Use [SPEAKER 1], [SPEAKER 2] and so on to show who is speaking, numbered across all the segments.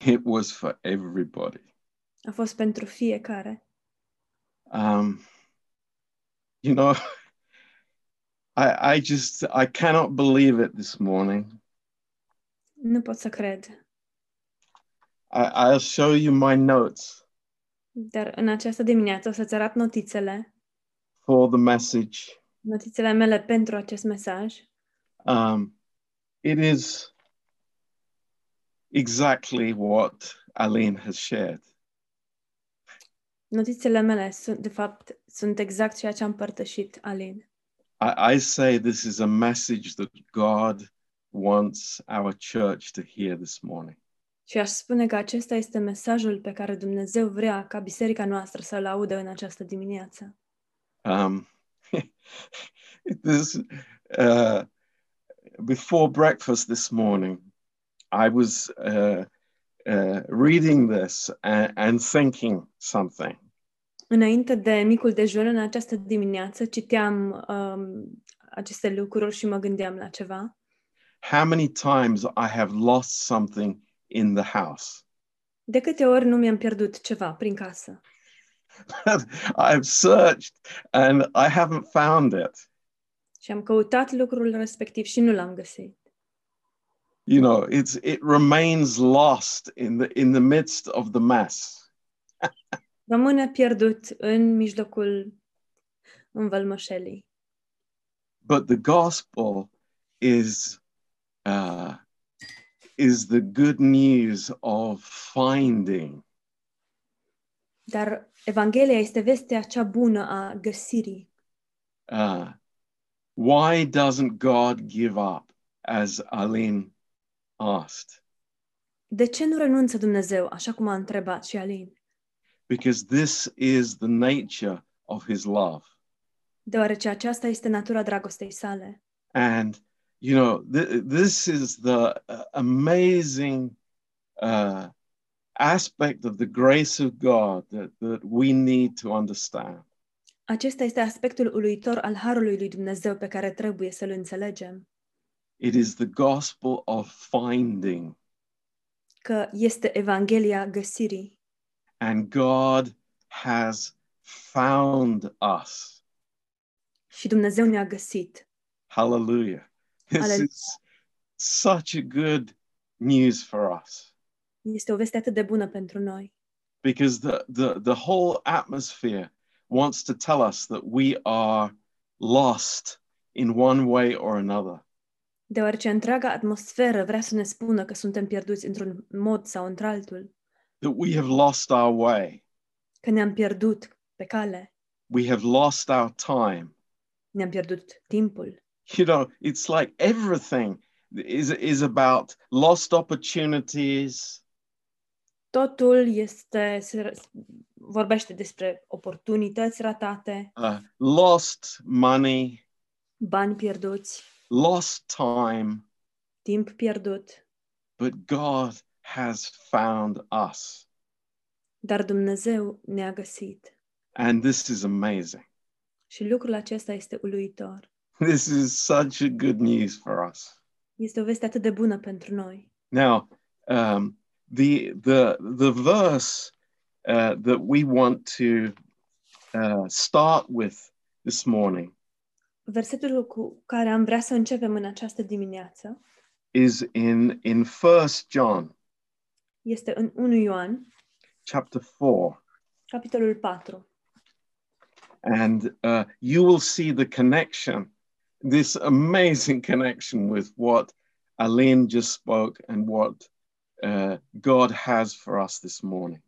[SPEAKER 1] It was for everybody.
[SPEAKER 2] A fost pentru fiecare.
[SPEAKER 1] Um, you know, I, I just, I cannot believe it this morning.
[SPEAKER 2] Nu pot să cred,
[SPEAKER 1] I, I'll show you my notes
[SPEAKER 2] dar în această dimineață o să-ți arăt notițele,
[SPEAKER 1] for the message.
[SPEAKER 2] notițele mele pentru acest mesaj.
[SPEAKER 1] Um, it is exactly what Aline has shared.
[SPEAKER 2] Notițele mele, sunt, de fapt, sunt exact ceea ce am împărtășit, Alin.
[SPEAKER 1] I, I say this is a message that God wants our church to hear this morning.
[SPEAKER 2] Și aș spune că acesta este mesajul pe care Dumnezeu vrea ca biserica noastră să-l audă în această dimineață.
[SPEAKER 1] Um, this, uh, before breakfast this morning, I was uh, uh, reading this and, and thinking something.
[SPEAKER 2] Înainte de micul dejun, în această dimineață, citeam um, aceste lucruri și mă gândeam la ceva.
[SPEAKER 1] How many times I have lost something in the house.
[SPEAKER 2] De câte ori nu mi-am pierdut ceva prin casă?
[SPEAKER 1] I've searched and I haven't found it.
[SPEAKER 2] Și am căutat lucrul respectiv și nu l-am găsit.
[SPEAKER 1] You know, it's it remains lost in the in the midst of the mess.
[SPEAKER 2] Rămâne pierdut în mijlocul învălmășelii.
[SPEAKER 1] But the gospel is uh, is the good news of finding.
[SPEAKER 2] Dar Evanghelia este vestea cea bună a găsirii.
[SPEAKER 1] Uh, why doesn't God give up, as Aline asked?
[SPEAKER 2] De ce nu renunță Dumnezeu, așa cum a întrebat și Alin?
[SPEAKER 1] Because this is the nature of His love.
[SPEAKER 2] Deoarece aceasta este natura dragostei sale.
[SPEAKER 1] and you know th- this is the uh, amazing uh, aspect of the grace of god that, that we need to understand
[SPEAKER 2] Acesta este aspectul uluitor al harului lui Dumnezeu pe care trebuie să-l înțelegem,
[SPEAKER 1] it is the gospel of finding
[SPEAKER 2] că este Evanghelia găsirii
[SPEAKER 1] and god has found us
[SPEAKER 2] și Dumnezeu ne-a găsit.
[SPEAKER 1] hallelujah this
[SPEAKER 2] Hallelujah.
[SPEAKER 1] is such a good news for us
[SPEAKER 2] Este o veste atât de bună pentru noi,
[SPEAKER 1] because the, the, the whole atmosphere wants to tell us that we are lost in one way or another.
[SPEAKER 2] deoarece întreaga atmosferă vrea să ne spună că suntem pierduți într-un mod sau într-altul,
[SPEAKER 1] That we have lost our way.
[SPEAKER 2] că ne-am pierdut pe cale,
[SPEAKER 1] We have lost our time.
[SPEAKER 2] ne-am pierdut timpul.
[SPEAKER 1] You know, it's like everything is, is about lost opportunities,
[SPEAKER 2] Totul este, se, vorbește despre oportunități ratate,
[SPEAKER 1] uh, lost money,
[SPEAKER 2] bani pierduți,
[SPEAKER 1] lost time,
[SPEAKER 2] timp pierdut,
[SPEAKER 1] but God has found us.
[SPEAKER 2] dar Dumnezeu ne-a găsit.
[SPEAKER 1] And this is amazing.
[SPEAKER 2] Și lucrul acesta este uluitor.
[SPEAKER 1] This is such a good news for us.
[SPEAKER 2] Este o veste atât de bună pentru noi.
[SPEAKER 1] Now, um, the the the verse uh, that we want to uh, start with this morning
[SPEAKER 2] Versetul cu care am vrea să începem în această dimineață
[SPEAKER 1] is in in First John
[SPEAKER 2] este în 1 Ioan,
[SPEAKER 1] chapter four,
[SPEAKER 2] capitolul 4.
[SPEAKER 1] and uh, you will see the connection, this amazing connection with what Aline just spoke and what uh, God has for us this morning.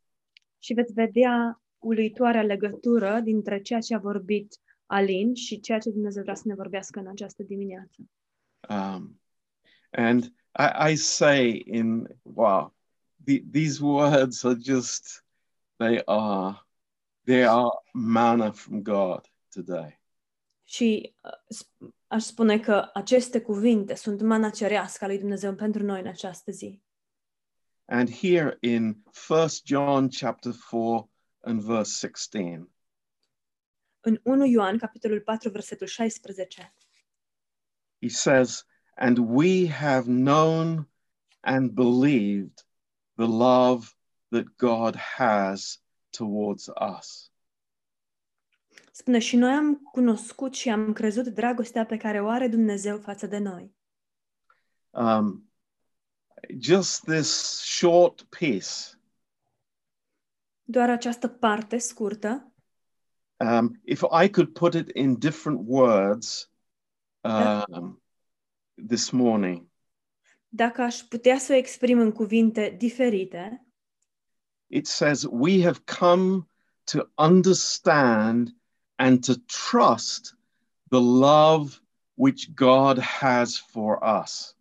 [SPEAKER 2] Și veți vedea uluitoarea legătură dintre ceea ce a vorbit Alin și ceea ce Dumnezeu vrea să ne vorbească în această dimineață.
[SPEAKER 1] Um, and I, I say in wow, the, these words are just they are they are manna from God today.
[SPEAKER 2] Și uh, sp- aș spune că aceste cuvinte sunt mana cerească a lui Dumnezeu pentru noi în această zi.
[SPEAKER 1] And here in First John chapter four and verse sixteen,
[SPEAKER 2] În 1 Ioan, capitolul 4, versetul 16,
[SPEAKER 1] he says, "And we have known and believed the love that God has towards us.
[SPEAKER 2] Spune, și noi am cunoscut și am crezut dragostea pe care o are Dumnezeu față de noi.
[SPEAKER 1] Um, just this short piece,
[SPEAKER 2] Doar această parte scurtă,
[SPEAKER 1] um, if I could put it in different words
[SPEAKER 2] Yeah.
[SPEAKER 1] um, this morning,
[SPEAKER 2] dacă aș putea să o exprim în cuvinte diferite,
[SPEAKER 1] it says, We have come to understand and to trust the love which God has for us.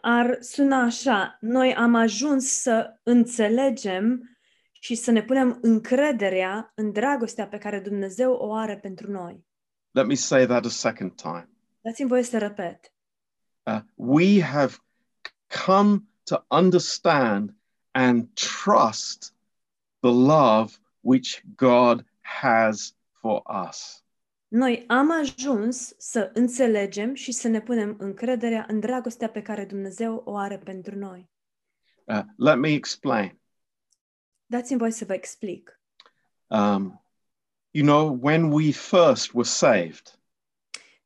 [SPEAKER 2] ar suna așa. Noi am ajuns să înțelegem și să ne punem încrederea în dragostea pe care Dumnezeu o are pentru noi.
[SPEAKER 1] Let me say that a second time.
[SPEAKER 2] Dați-mi voie să repet.
[SPEAKER 1] Uh, we have come to understand and trust the love which God has for us.
[SPEAKER 2] Noi am ajuns să înțelegem și să ne punem încrederea în dragostea pe care Dumnezeu o are pentru noi.
[SPEAKER 1] Uh, let me explain.
[SPEAKER 2] Dați-mi voie să vă explic.
[SPEAKER 1] Um, you know, when we first were saved,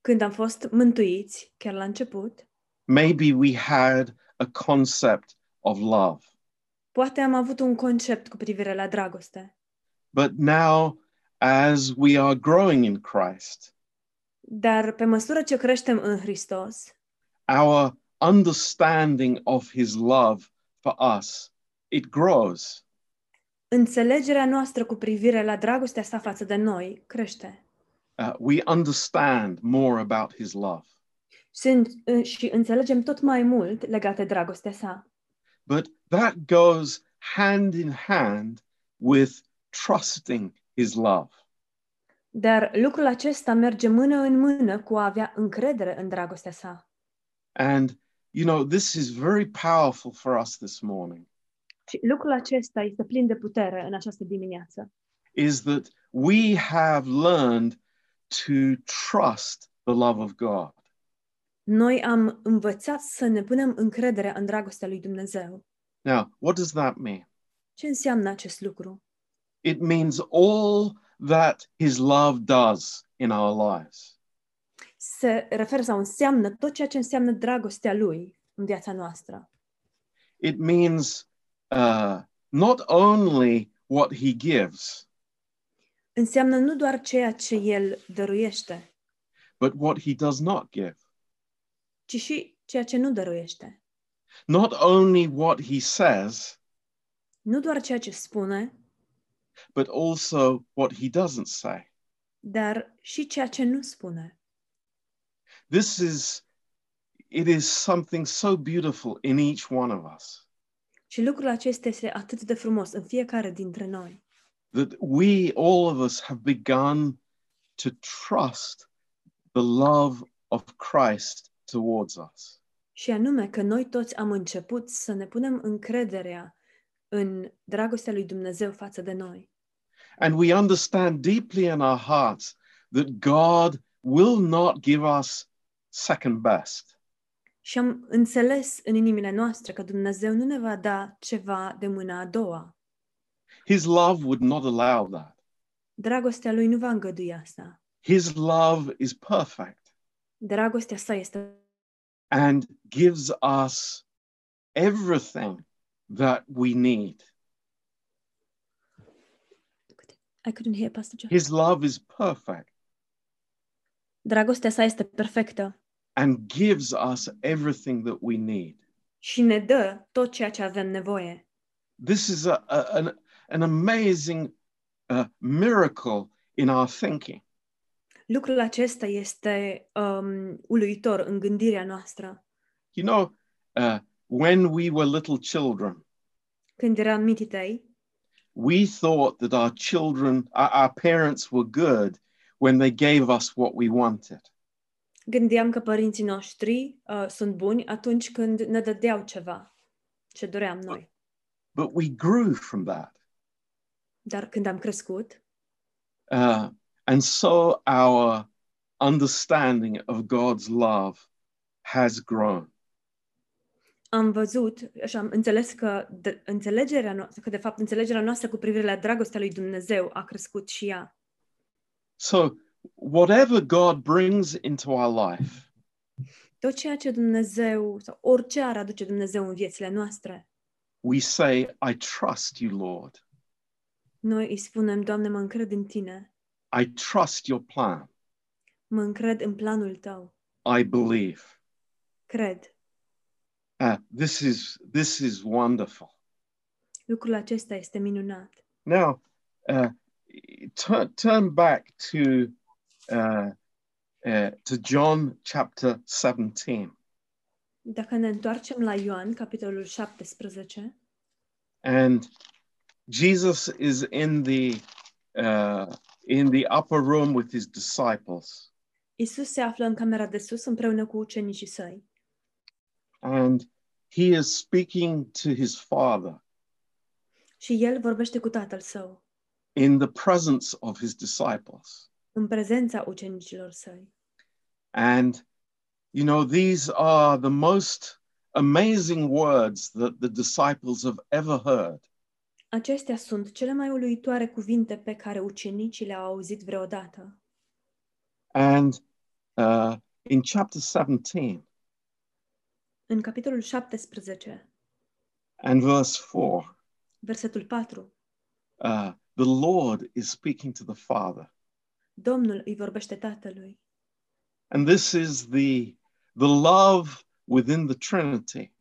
[SPEAKER 2] Când am fost mântuiți, chiar la început,
[SPEAKER 1] maybe we had a concept of love,
[SPEAKER 2] poate am avut un concept cu privire la dragoste,
[SPEAKER 1] but now, as we are growing in Christ,
[SPEAKER 2] dar pe măsură ce creștem în Hristos,
[SPEAKER 1] our understanding of His love for us it grows.
[SPEAKER 2] înțelegerea noastră cu privire la dragostea sa față de noi crește.
[SPEAKER 1] Uh, we understand more about His love,
[SPEAKER 2] Sunt, și înțelegem tot mai mult legate de dragostea sa.
[SPEAKER 1] but that goes hand in hand with trusting His love.
[SPEAKER 2] Dar lucrul acesta merge mână în mână cu a avea încredere în dragostea sa.
[SPEAKER 1] And you know, this is very powerful for us this morning.
[SPEAKER 2] Și lucrul acesta este plin de putere în această dimineață.
[SPEAKER 1] is that we have learned to trust the love of God.
[SPEAKER 2] Noi am învățat să ne punem încredere în dragostea lui Dumnezeu.
[SPEAKER 1] Now, what does that mean?
[SPEAKER 2] Ce înseamnă acest lucru?
[SPEAKER 1] It means all that His love does in our lives.
[SPEAKER 2] Se referă sau înseamnă tot ceea ce înseamnă dragostea lui în viața noastră.
[SPEAKER 1] It means uh, not only what He gives,
[SPEAKER 2] Înseamnă nu doar ceea ce el dăruiește,
[SPEAKER 1] but what He does not give.
[SPEAKER 2] ci și ceea ce nu dăruiește.
[SPEAKER 1] Not only what He says,
[SPEAKER 2] Nu doar ceea ce spune,
[SPEAKER 1] but also what He doesn't say.
[SPEAKER 2] dar și ceea ce nu spune.
[SPEAKER 1] This is, it is something so beautiful in each one of us.
[SPEAKER 2] Și lucrul acesta este atât de frumos în fiecare dintre noi.
[SPEAKER 1] that we, all of us, have begun to trust the love of Christ towards us.
[SPEAKER 2] Și anume că noi toți am început să ne punem încrederea în dragostea lui Dumnezeu față de noi.
[SPEAKER 1] And we understand deeply in our hearts that God will not give us second best.
[SPEAKER 2] Și am înțeles în inimile noastre că Dumnezeu nu ne va da ceva de mâna a doua.
[SPEAKER 1] His love would not allow that.
[SPEAKER 2] Dragostea lui nu va îngădui asta.
[SPEAKER 1] His love is perfect
[SPEAKER 2] Dragostea sa este
[SPEAKER 1] and gives us everything that we need.
[SPEAKER 2] I couldn't hear Pastor John.
[SPEAKER 1] His love is perfect
[SPEAKER 2] Dragostea sa este perfectă
[SPEAKER 1] and gives us everything that we need.
[SPEAKER 2] și ne dă tot ceea ce avem nevoie.
[SPEAKER 1] this is a, a- an, an amazing uh, miracle in our thinking
[SPEAKER 2] Lucrul acesta este um, uluitor în gândirea noastră.
[SPEAKER 1] you know uh, when we were little children
[SPEAKER 2] Când eram mititei,
[SPEAKER 1] we thought that our children our, our parents were good when they gave us what we wanted
[SPEAKER 2] gândeam că părinții noștri uh, sunt buni atunci când ne dădeau ceva ce doream noi.
[SPEAKER 1] but we grew from that
[SPEAKER 2] Dar când am crescut,
[SPEAKER 1] Uh, and so our understanding of god's love has grown
[SPEAKER 2] am văzut și am înțeles că de, înțelegerea noastră, că de fapt înțelegerea noastră cu privire la dragostea lui Dumnezeu a crescut și ea.
[SPEAKER 1] So, whatever God brings into our life,
[SPEAKER 2] Tot ceea ce Dumnezeu sau orice ar aduce Dumnezeu în viețile noastre,
[SPEAKER 1] we say, I trust you, Lord.
[SPEAKER 2] noi îi spunem, Doamne, mă încred în Tine,
[SPEAKER 1] I trust your plan.
[SPEAKER 2] mă încred în planul Tău,
[SPEAKER 1] I believe.
[SPEAKER 2] cred.
[SPEAKER 1] Uh, this is this is wonderful.
[SPEAKER 2] Lucrul acesta este minunat.
[SPEAKER 1] Now, uh, tu- turn back to uh, uh, to John chapter 17,
[SPEAKER 2] Dacă ne întoarcem la Ioan, capitolul 17,
[SPEAKER 1] and Jesus is in the uh, in the upper room with his disciples,
[SPEAKER 2] Isus se află în camera de sus împreună cu ucenicii săi
[SPEAKER 1] and he is speaking to his father
[SPEAKER 2] și el vorbește cu tatăl său,
[SPEAKER 1] in the presence of his disciples,
[SPEAKER 2] în prezența ucenicilor săi.
[SPEAKER 1] and you know these are the most amazing words that the disciples have ever heard.
[SPEAKER 2] Acestea sunt cele mai uluitoare cuvinte pe care ucenicii le-au auzit vreodată.
[SPEAKER 1] And uh, in chapter 17
[SPEAKER 2] În capitolul 17,
[SPEAKER 1] and verse 4,
[SPEAKER 2] versetul 4,
[SPEAKER 1] uh, the Lord is speaking to the Father.
[SPEAKER 2] Domnul îi vorbește tatălui.
[SPEAKER 1] And this is the, the love within the Trinity.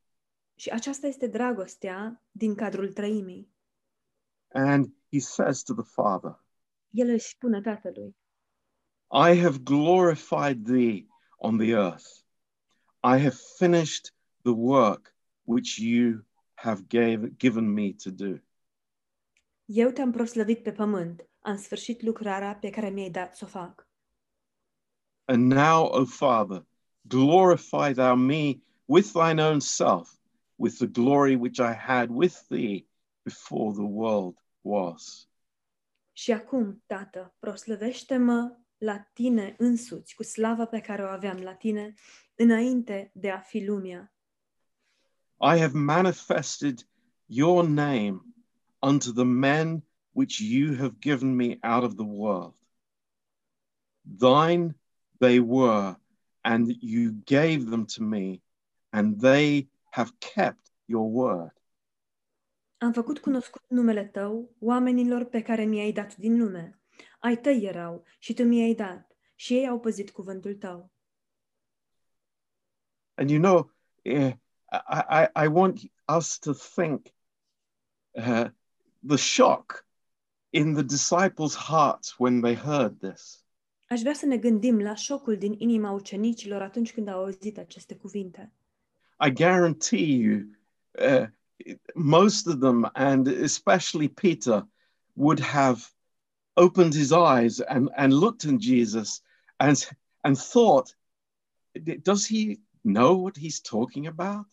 [SPEAKER 2] Și aceasta este dragostea din cadrul trăimii.
[SPEAKER 1] And he says to the Father,
[SPEAKER 2] El îi spune tatălui,
[SPEAKER 1] I have glorified thee on the earth. I have finished the work which you have gave, given me to do.
[SPEAKER 2] eu te-am proslăvit pe pământ, am sfârșit lucrarea pe care mi-ai dat să o fac.
[SPEAKER 1] And now, O Father, glorify thou me with thine own self, with the glory which I had with thee before the world was.
[SPEAKER 2] Și acum, Tată, proslăvește-mă la tine însuți cu slava pe care o aveam la tine înainte de a fi lumea.
[SPEAKER 1] I have manifested your name unto the men which you have given me out of the world. Thine they were, and you gave them to me, and they have kept your word.
[SPEAKER 2] Am făcut cunoscut numele tău oamenilor pe care mi-ai dat din lume. Ai tăi erau și tu mi-ai dat și ei au păzit cuvântul tău.
[SPEAKER 1] And you know, eh, I, I, I want us to think uh, the shock in the disciples' hearts when they heard this.
[SPEAKER 2] Aș vrea să ne gândim la șocul din inima ucenicilor atunci când au auzit aceste cuvinte.
[SPEAKER 1] I guarantee you, uh, most of them, and especially Peter, would have opened his eyes and, and looked in Jesus and, and thought, does he know what he's talking about?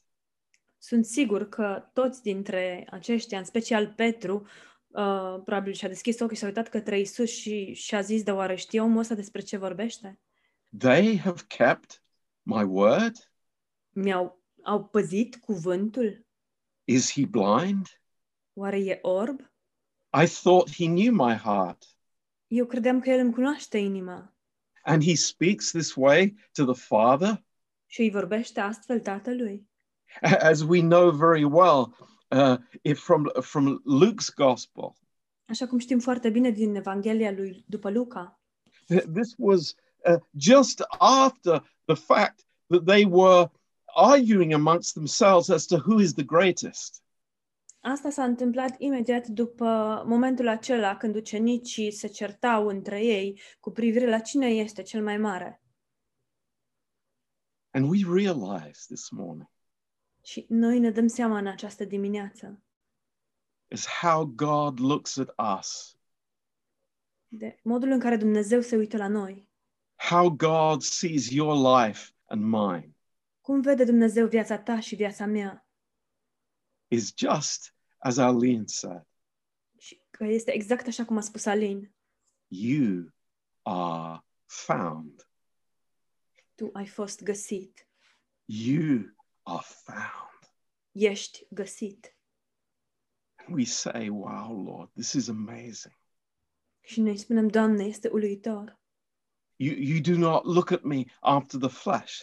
[SPEAKER 2] Sunt sigur că toți dintre aceștia, în special Petru, uh, probabil și-a deschis ochii, și s-a uitat către Isus și și-a zis, de oare știe omul ăsta despre ce vorbește?
[SPEAKER 1] They have kept my word.
[SPEAKER 2] Mi-au au păzit cuvântul?
[SPEAKER 1] Is he blind?
[SPEAKER 2] Oare e orb?
[SPEAKER 1] I thought he knew my heart.
[SPEAKER 2] Eu credeam că el îmi cunoaște inima
[SPEAKER 1] And he speaks this way to the Father,
[SPEAKER 2] și îi vorbește astfel tatălui.
[SPEAKER 1] A- as we know very well uh, if from, from Luke's gospel.
[SPEAKER 2] Așa cum știm foarte bine din Evanghelia lui după Luca.
[SPEAKER 1] Th- This was uh, just after the fact that they were arguing amongst themselves as to who is the greatest.
[SPEAKER 2] Asta s-a întâmplat imediat după momentul acela când ucenicii se certau între ei cu privire la cine este cel mai mare.
[SPEAKER 1] And we realize this morning
[SPEAKER 2] Și noi ne dăm seama în această dimineață
[SPEAKER 1] is how God looks at us,
[SPEAKER 2] de modul în care Dumnezeu se uită la noi.
[SPEAKER 1] how God sees your life and mine.
[SPEAKER 2] Cum vede Dumnezeu viața ta și viața mea?
[SPEAKER 1] Is just as Arlene said.
[SPEAKER 2] Și că este exact așa cum a spus Alin.
[SPEAKER 1] you are found.
[SPEAKER 2] Tu ai fost găsit.
[SPEAKER 1] You are found.
[SPEAKER 2] ești găsit.
[SPEAKER 1] We say, wow, Lord, this is amazing.
[SPEAKER 2] Și noi spunem, Doamne, este uluitor.
[SPEAKER 1] You, you do not look at me after the flesh.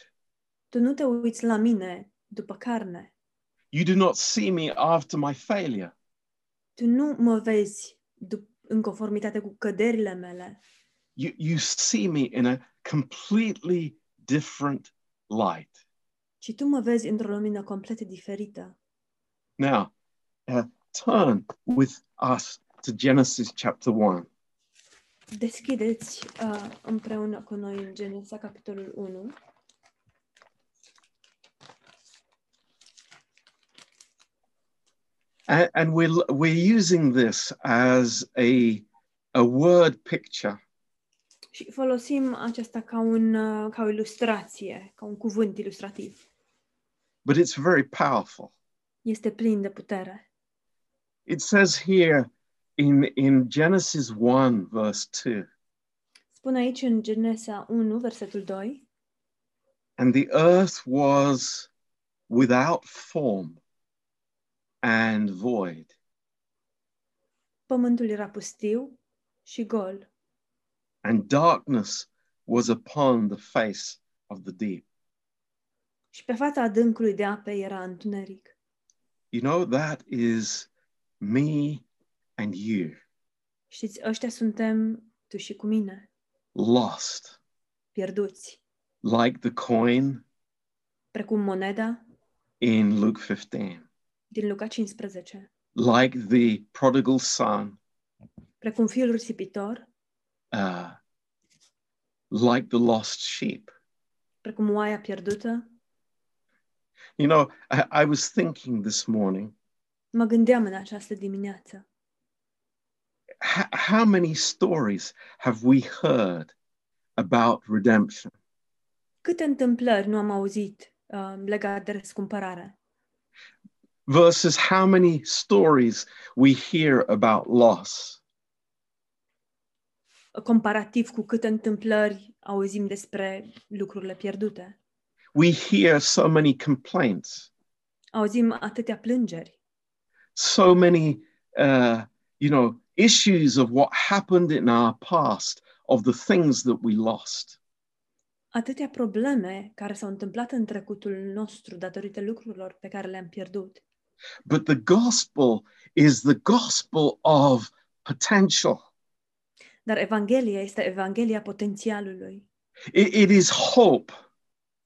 [SPEAKER 2] Tu nu te uiți la mine după carne.
[SPEAKER 1] You do not see me after my failure.
[SPEAKER 2] Tu nu mă vezi dup- în conformitate cu căderile mele.
[SPEAKER 1] You, you see me in a completely different light.
[SPEAKER 2] ci tu mă vezi într-o lumină complet diferită.
[SPEAKER 1] Now, uh, turn with us to Genesis chapter 1.
[SPEAKER 2] Deschideți uh, împreună cu noi în Genesa, capitolul 1.
[SPEAKER 1] And, and we're, l- we're using this as a, a word picture
[SPEAKER 2] Și folosim aceasta ca, un, uh, ca o ilustrație, ca un cuvânt ilustrativ.
[SPEAKER 1] but it's very powerful.
[SPEAKER 2] Este plin de putere.
[SPEAKER 1] It says here in, in Genesis 1, verse 2
[SPEAKER 2] Spune aici în Genesa 1, versetul 2,
[SPEAKER 1] And the earth was without form and void,
[SPEAKER 2] Pământul era pustiu și gol
[SPEAKER 1] and darkness was upon the face of the deep.
[SPEAKER 2] și pe fața adâncului de ape era întuneric.
[SPEAKER 1] You know, that is me and you
[SPEAKER 2] Știți, ăștia suntem tu și cu mine,
[SPEAKER 1] lost,
[SPEAKER 2] pierduți,
[SPEAKER 1] like the coin
[SPEAKER 2] precum moneda
[SPEAKER 1] in Luke 15,
[SPEAKER 2] din Luca 15.
[SPEAKER 1] like the prodigal son,
[SPEAKER 2] precum fiul risipitor,
[SPEAKER 1] uh, like the lost sheep.
[SPEAKER 2] precum oaia pierdută.
[SPEAKER 1] You know, I, I was thinking this morning
[SPEAKER 2] Mă gândeam în această dimineață
[SPEAKER 1] h- how many stories have we heard about redemption?
[SPEAKER 2] câte întâmplări nu am auzit uh, legat de răscumpărare
[SPEAKER 1] Versus how many stories we hear about loss.
[SPEAKER 2] comparativ cu câte întâmplări auzim despre lucrurile pierdute.
[SPEAKER 1] We hear so many complaints.
[SPEAKER 2] Auzim atâtea plângeri,
[SPEAKER 1] so many uh, you know issues of what happened in our past of the things that we lost
[SPEAKER 2] atâtea probleme care s-au întâmplat în trecutul nostru datorită lucrurilor pe care le-am pierdut.
[SPEAKER 1] but the gospel is the gospel of potential
[SPEAKER 2] Dar Evanghelia este Evanghelia potențialului.
[SPEAKER 1] It- it is hope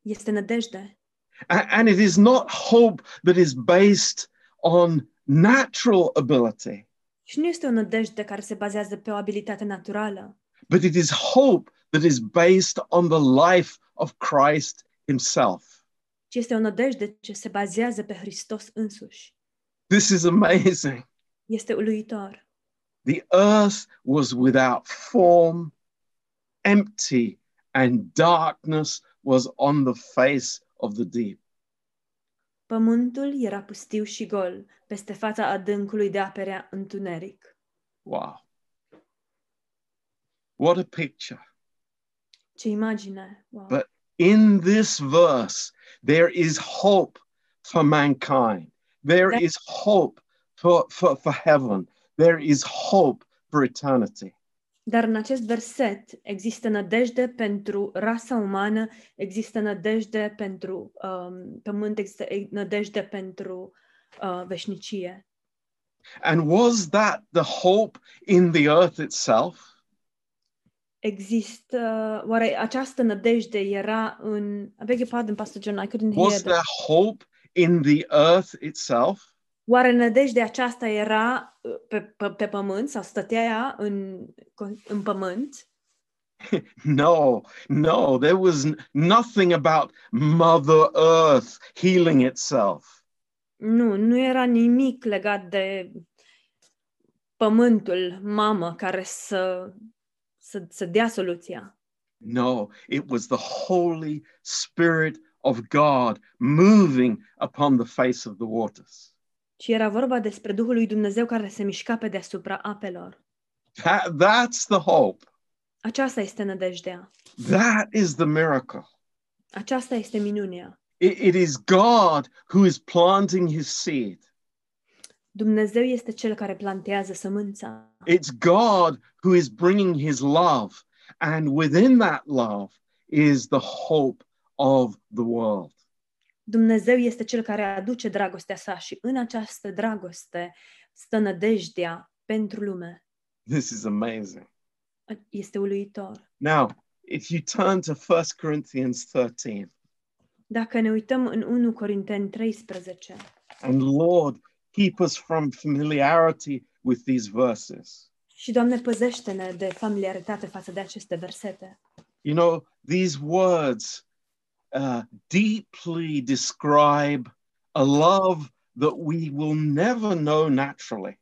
[SPEAKER 2] Este nădejde
[SPEAKER 1] A- and it is not hope that is based on natural ability
[SPEAKER 2] și nu este o nădejde care se bazează pe o abilitate naturală,
[SPEAKER 1] but it is hope that is based on the life of christ himself
[SPEAKER 2] ci este o nădejde ce se bazează pe Hristos însuși.
[SPEAKER 1] this is amazing
[SPEAKER 2] Este uluitor.
[SPEAKER 1] The earth was without form, empty, and darkness was on the face of the deep.
[SPEAKER 2] Pământul era pustiu și gol, peste fața adâncului de aperea întuneric.
[SPEAKER 1] Wow. What a picture.
[SPEAKER 2] Ce imagine! Wow.
[SPEAKER 1] But- In this verse, there is hope for mankind. There
[SPEAKER 2] That-
[SPEAKER 1] is hope for, for, for heaven. There is hope for eternity.
[SPEAKER 2] Dar în acest verset există nădejde pentru rasa umană, există nădejde pentru um, pământ, există e- nădejde pentru uh, veșnicie.
[SPEAKER 1] And was that the hope in the earth itself?
[SPEAKER 2] Există, oare această nădejde era în... I beg your pardon, Pastor John, I couldn't hear
[SPEAKER 1] Was
[SPEAKER 2] that.
[SPEAKER 1] there hope in the earth itself?
[SPEAKER 2] Oare nădejdea aceasta era uh, pe, pe, pe pământ sau stătea ea în, în pământ?
[SPEAKER 1] No, no, there was n- nothing about Mother Earth healing itself.
[SPEAKER 2] Nu, nu era nimic legat de pământul, mamă, care să, să, să dea soluția.
[SPEAKER 1] No, it was the Holy Spirit of God moving upon the face of the waters.
[SPEAKER 2] Ci era vorba despre Duhul lui Dumnezeu care se mișca pe deasupra apelor.
[SPEAKER 1] That, that's the hope.
[SPEAKER 2] Aceasta este nădejdea.
[SPEAKER 1] That is the miracle.
[SPEAKER 2] Aceasta este minunea.
[SPEAKER 1] It- it is God who is planting his seed.
[SPEAKER 2] Dumnezeu este cel care plantează sămânța.
[SPEAKER 1] It's God who is bringing his love. And within that love is the hope of the world.
[SPEAKER 2] Dumnezeu este cel care aduce dragostea sa și în această dragoste stă nădejdea pentru lume.
[SPEAKER 1] This is amazing.
[SPEAKER 2] Este uluitor.
[SPEAKER 1] Now, if you turn to 1 Corinthians 13,
[SPEAKER 2] Dacă ne uităm în 1 Corinteni 13,
[SPEAKER 1] and Lord, keep us from familiarity with these verses.
[SPEAKER 2] și Doamne păzește-ne de familiaritate față de aceste versete.
[SPEAKER 1] You know, these words uh, deeply describe a love that we will never know naturally.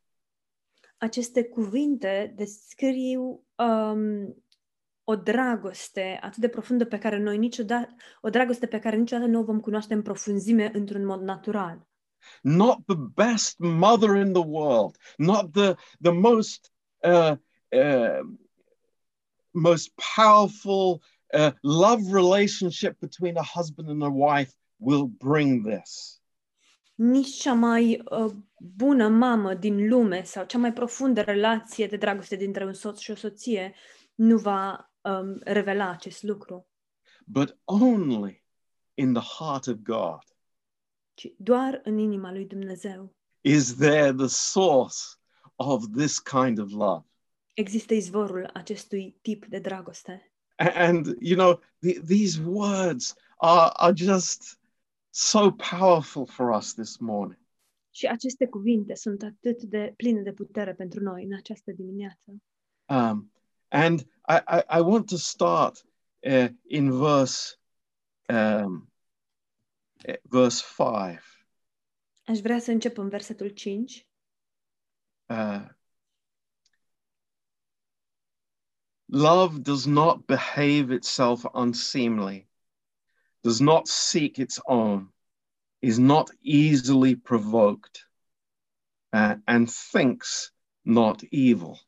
[SPEAKER 2] Aceste cuvinte descriu um, o dragoste atât de profundă pe care noi niciodată, o dragoste pe care niciodată nu o vom cunoaște în profunzime într-un mod natural.
[SPEAKER 1] Not the best mother in the world, not the, the most, uh, uh, most powerful uh, love relationship between a husband and a wife will bring this.
[SPEAKER 2] Nici cea mai uh, bună mamă din lume sau cea mai profundă relație de dragoste dintre un soț și o soție nu va um, revela acest lucru,
[SPEAKER 1] but only in the heart of God
[SPEAKER 2] ci doar în inima lui Dumnezeu.
[SPEAKER 1] is there the source of this kind of love.
[SPEAKER 2] Există izvorul acestui tip de dragoste.
[SPEAKER 1] A- And, you know, the, these words are, are just so powerful for us this morning.
[SPEAKER 2] Și aceste cuvinte sunt atât de pline de putere pentru noi în această dimineață.
[SPEAKER 1] Um, and I, I, I want to start uh, in verse um, eh, verse five.
[SPEAKER 2] Aș vrea să încep în versetul 5.
[SPEAKER 1] Uh, Love does not behave itself unseemly, does not seek its own, is not easily provoked, uh, and thinks not evil.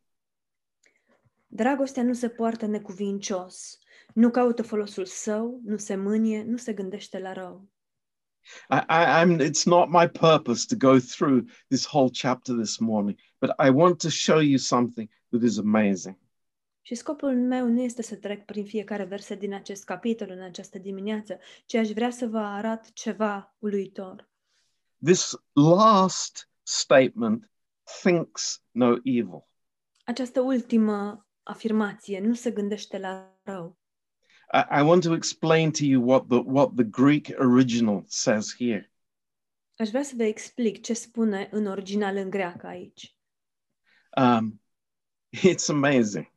[SPEAKER 2] Dragostea nu se poartă necuvincios, nu caută folosul său, nu se mânie, nu se gândește la rău.
[SPEAKER 1] I, I, I'm, it's not my purpose to go through this whole chapter this morning, but I want to show you something that is amazing.
[SPEAKER 2] Și scopul meu nu este să trec prin fiecare verset din acest capitol în această dimineață, ci aș vrea să vă arăt ceva uluitor.
[SPEAKER 1] This last statement thinks no evil.
[SPEAKER 2] Această ultimă afirmație, nu se gândește la rău.
[SPEAKER 1] I, I want to explain to you what the what the Greek original says here.
[SPEAKER 2] Aș vrea să vă explic ce spune în original în greacă aici.
[SPEAKER 1] Um, it's amazing.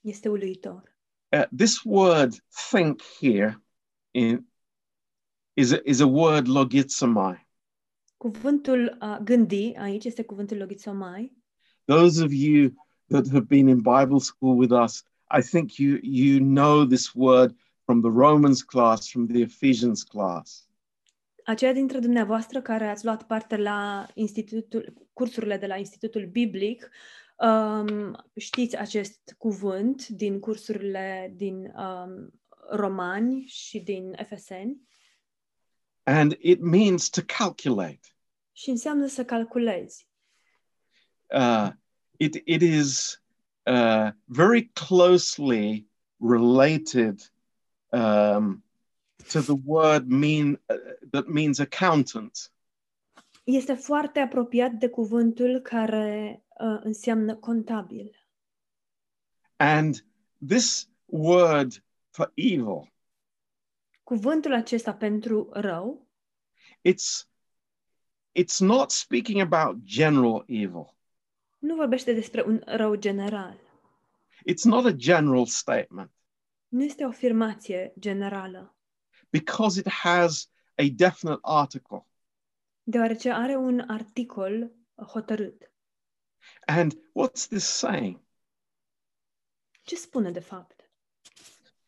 [SPEAKER 2] Este uluitor.
[SPEAKER 1] Uh, this word "think" here in, is a, is a word logizomai.
[SPEAKER 2] Cuvântul a gândi aici este cuvântul logizomai.
[SPEAKER 1] Those of you that have been in Bible school with us, I think you you know this word from the Romans class, from the Ephesians class.
[SPEAKER 2] Aceia dintre dumneavoastră care ați luat parte la institutul, cursurile de la Institutul Biblic, um, știți acest cuvânt din cursurile din um, Romani și din Efeseni
[SPEAKER 1] And it means to calculate.
[SPEAKER 2] și înseamnă să calculezi.
[SPEAKER 1] uh, it, it is uh, very closely related um, to the word mean uh, that means accountant.
[SPEAKER 2] Este foarte apropiat de cuvântul care uh, înseamnă contabil.
[SPEAKER 1] And this word for evil,
[SPEAKER 2] Cuvântul acesta pentru rău
[SPEAKER 1] it's it's not speaking about general evil.
[SPEAKER 2] nu vorbește despre un rău general.
[SPEAKER 1] It's not a general statement
[SPEAKER 2] Nu este o afirmație generală.
[SPEAKER 1] because it has a definite article.
[SPEAKER 2] deoarece are un articol hotărât.
[SPEAKER 1] And what's this saying?
[SPEAKER 2] Ce spune de fapt?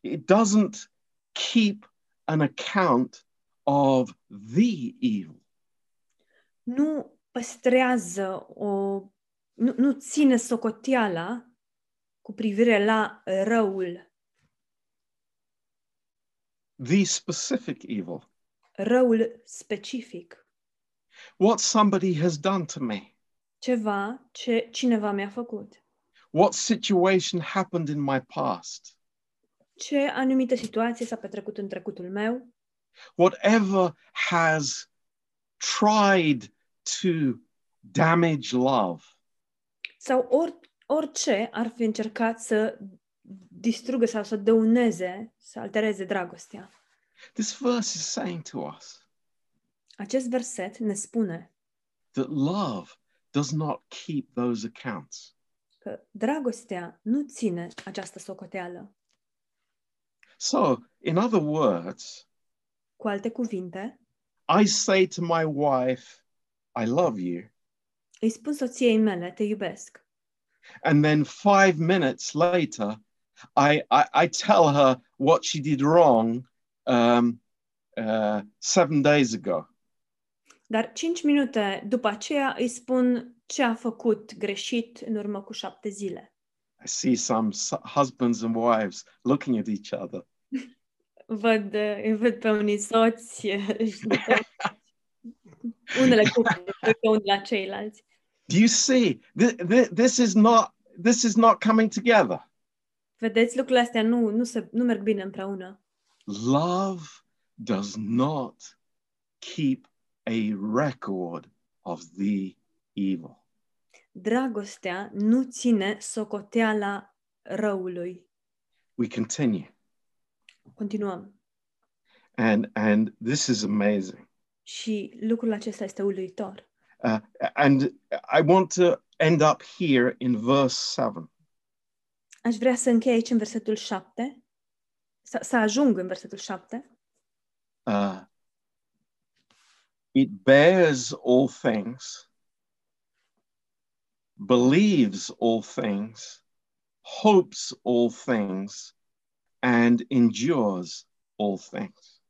[SPEAKER 1] it doesn't keep an account of the evil.
[SPEAKER 2] Nu păstrează o. nu, nu ține socoteala cu privire la răul,
[SPEAKER 1] The specific evil.
[SPEAKER 2] răul specific,
[SPEAKER 1] what somebody has done to me,
[SPEAKER 2] ceva ce cineva mi-a făcut,
[SPEAKER 1] what situation happened in my past,
[SPEAKER 2] ce anumită situație s-a petrecut în trecutul meu,
[SPEAKER 1] whatever has tried to damage love,
[SPEAKER 2] sau or, orice ar fi încercat să distrugă sau să dăuneze, să altereze dragostea.
[SPEAKER 1] this verse is saying to us
[SPEAKER 2] Acest verset ne spune
[SPEAKER 1] that love does not keep those accounts.
[SPEAKER 2] că dragostea nu ține această socoteală.
[SPEAKER 1] So, in other words,
[SPEAKER 2] Cu alte cuvinte,
[SPEAKER 1] I say to my wife, I love you.
[SPEAKER 2] îi spun soției mele, te iubesc.
[SPEAKER 1] And then five minutes later, I, I, I tell her what she did wrong um, uh, seven days ago.
[SPEAKER 2] Dar cinci minute după aceea îi spun ce a făcut greșit în urmă cu șapte zile.
[SPEAKER 1] I see some s- husbands and wives looking at each other.
[SPEAKER 2] Văd, îi văd pe unii soți și unele cupluri pe unii la ceilalți.
[SPEAKER 1] Do you see? Th- th- this is not this is not coming together.
[SPEAKER 2] Vedeți, lucrurile astea nu, nu, se, nu merg bine împreună.
[SPEAKER 1] Love does not keep a record of the evil.
[SPEAKER 2] Dragostea nu ține socoteala răului.
[SPEAKER 1] We continue.
[SPEAKER 2] Continuăm.
[SPEAKER 1] And and this is amazing.
[SPEAKER 2] Și lucrul acesta este uluitor.
[SPEAKER 1] Uh, and I want to end up here in verse 7.
[SPEAKER 2] Aș vrea să închei aici în versetul 7, să, să ajung în versetul 7.
[SPEAKER 1] Uh, it bears all things, believes all things, hopes all things, and endures all things.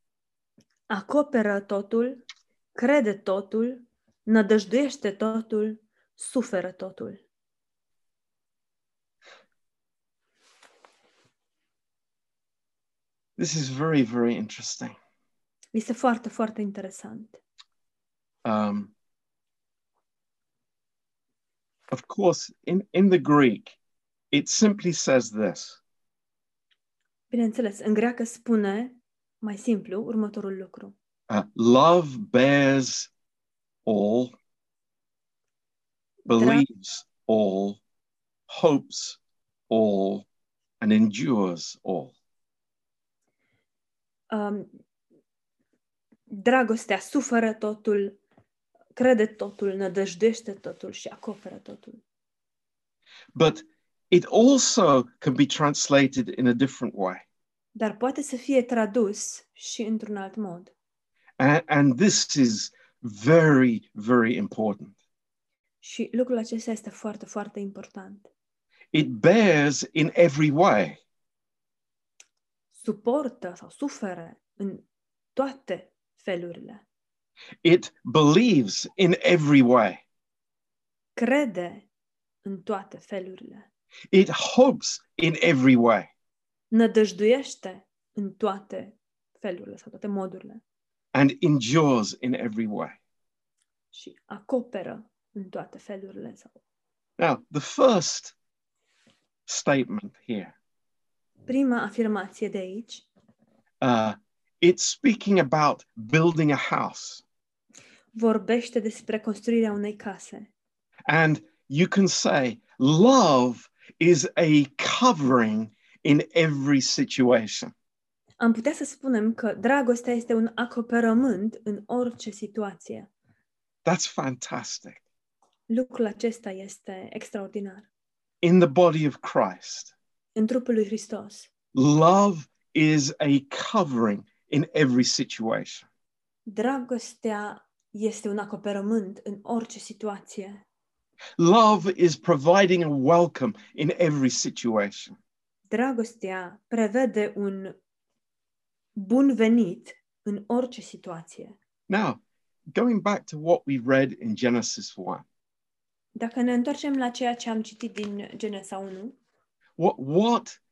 [SPEAKER 2] Acoperă totul, crede totul, nădăjduiește totul, suferă totul.
[SPEAKER 1] This is very, very interesting.
[SPEAKER 2] Este foarte, foarte interesant.
[SPEAKER 1] Um, of course, in, in the Greek, it simply says this
[SPEAKER 2] Bineînțeles, în greacă spune, mai simplu, următorul lucru.
[SPEAKER 1] uh, love bears all, believes all, hopes all, and endures all.
[SPEAKER 2] um, dragostea suferă totul, crede totul, nădăjduiește totul și acoperă totul.
[SPEAKER 1] But it also can be translated in a different way.
[SPEAKER 2] Dar poate să fie tradus și într-un alt mod.
[SPEAKER 1] And, and this is very, very important.
[SPEAKER 2] Și lucrul acesta este foarte, foarte important.
[SPEAKER 1] It bears in every way.
[SPEAKER 2] Suportă sau suferă în toate felurile.
[SPEAKER 1] It believes in every way.
[SPEAKER 2] Crede în toate felurile.
[SPEAKER 1] It hopes in every way.
[SPEAKER 2] Nădăjduiește în toate felurile sau toate modurile.
[SPEAKER 1] And endures in every way.
[SPEAKER 2] Și acoperă în toate felurile sau
[SPEAKER 1] Now, the first statement here,
[SPEAKER 2] Prima afirmație de aici
[SPEAKER 1] uh, it's speaking about building a house.
[SPEAKER 2] vorbește despre construirea unei case.
[SPEAKER 1] And you can say, love is a covering in every situation.
[SPEAKER 2] Am putea să spunem că dragostea este un acoperământ în orice situație.
[SPEAKER 1] That's fantastic.
[SPEAKER 2] Lucrul acesta este extraordinar.
[SPEAKER 1] In the body of Christ,
[SPEAKER 2] În trupul lui Hristos,
[SPEAKER 1] love is a covering in every situation.
[SPEAKER 2] dragostea este un acoperământ în orice situație.
[SPEAKER 1] Love is providing a welcome in every situation.
[SPEAKER 2] Dragostea prevede un bun venit în orice situație.
[SPEAKER 1] Now, going back to what we read in Genesis 1,
[SPEAKER 2] Dacă ne întoarcem la ceea ce am citit din Genesa 1,
[SPEAKER 1] what what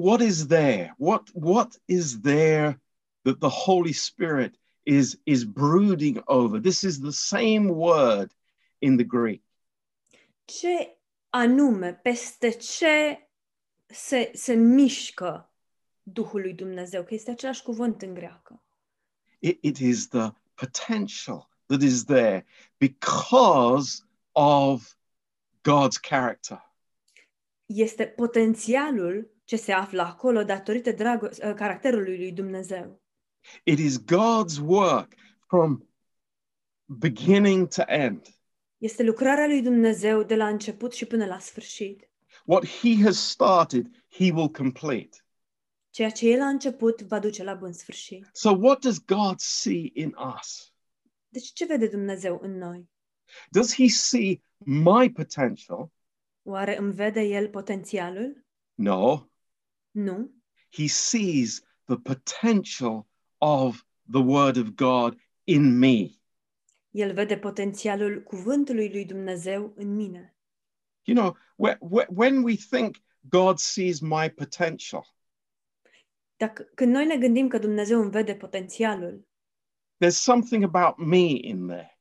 [SPEAKER 1] what is there? What what is there that the Holy Spirit is, is brooding over. This is the same word in the Greek.
[SPEAKER 2] Ce anume, peste ce se, se mișcă Duhul lui Dumnezeu? Că este același cuvânt în greacă.
[SPEAKER 1] It, it is the potential that is there because of God's character.
[SPEAKER 2] Este potențialul ce se află acolo datorită drago- ă, caracterului lui Dumnezeu.
[SPEAKER 1] It is God's work from beginning to end.
[SPEAKER 2] Este lucrarea lui Dumnezeu de la început și până la sfârșit.
[SPEAKER 1] What He has started, He will complete.
[SPEAKER 2] Ceea ce El a început va duce la bun sfârșit.
[SPEAKER 1] So, what does God see in us?
[SPEAKER 2] Deci ce vede Dumnezeu în noi?
[SPEAKER 1] Does He see my potential?
[SPEAKER 2] Oare îmi vede El potențialul?
[SPEAKER 1] No,
[SPEAKER 2] Nu.
[SPEAKER 1] He sees the potential of the Word of God in me.
[SPEAKER 2] El vede potențialul cuvântului lui Dumnezeu în mine.
[SPEAKER 1] You know, wh- wh- when we think God sees my potential,
[SPEAKER 2] Dacă, când noi ne gândim că Dumnezeu îmi vede potențialul,
[SPEAKER 1] there's something about me in there,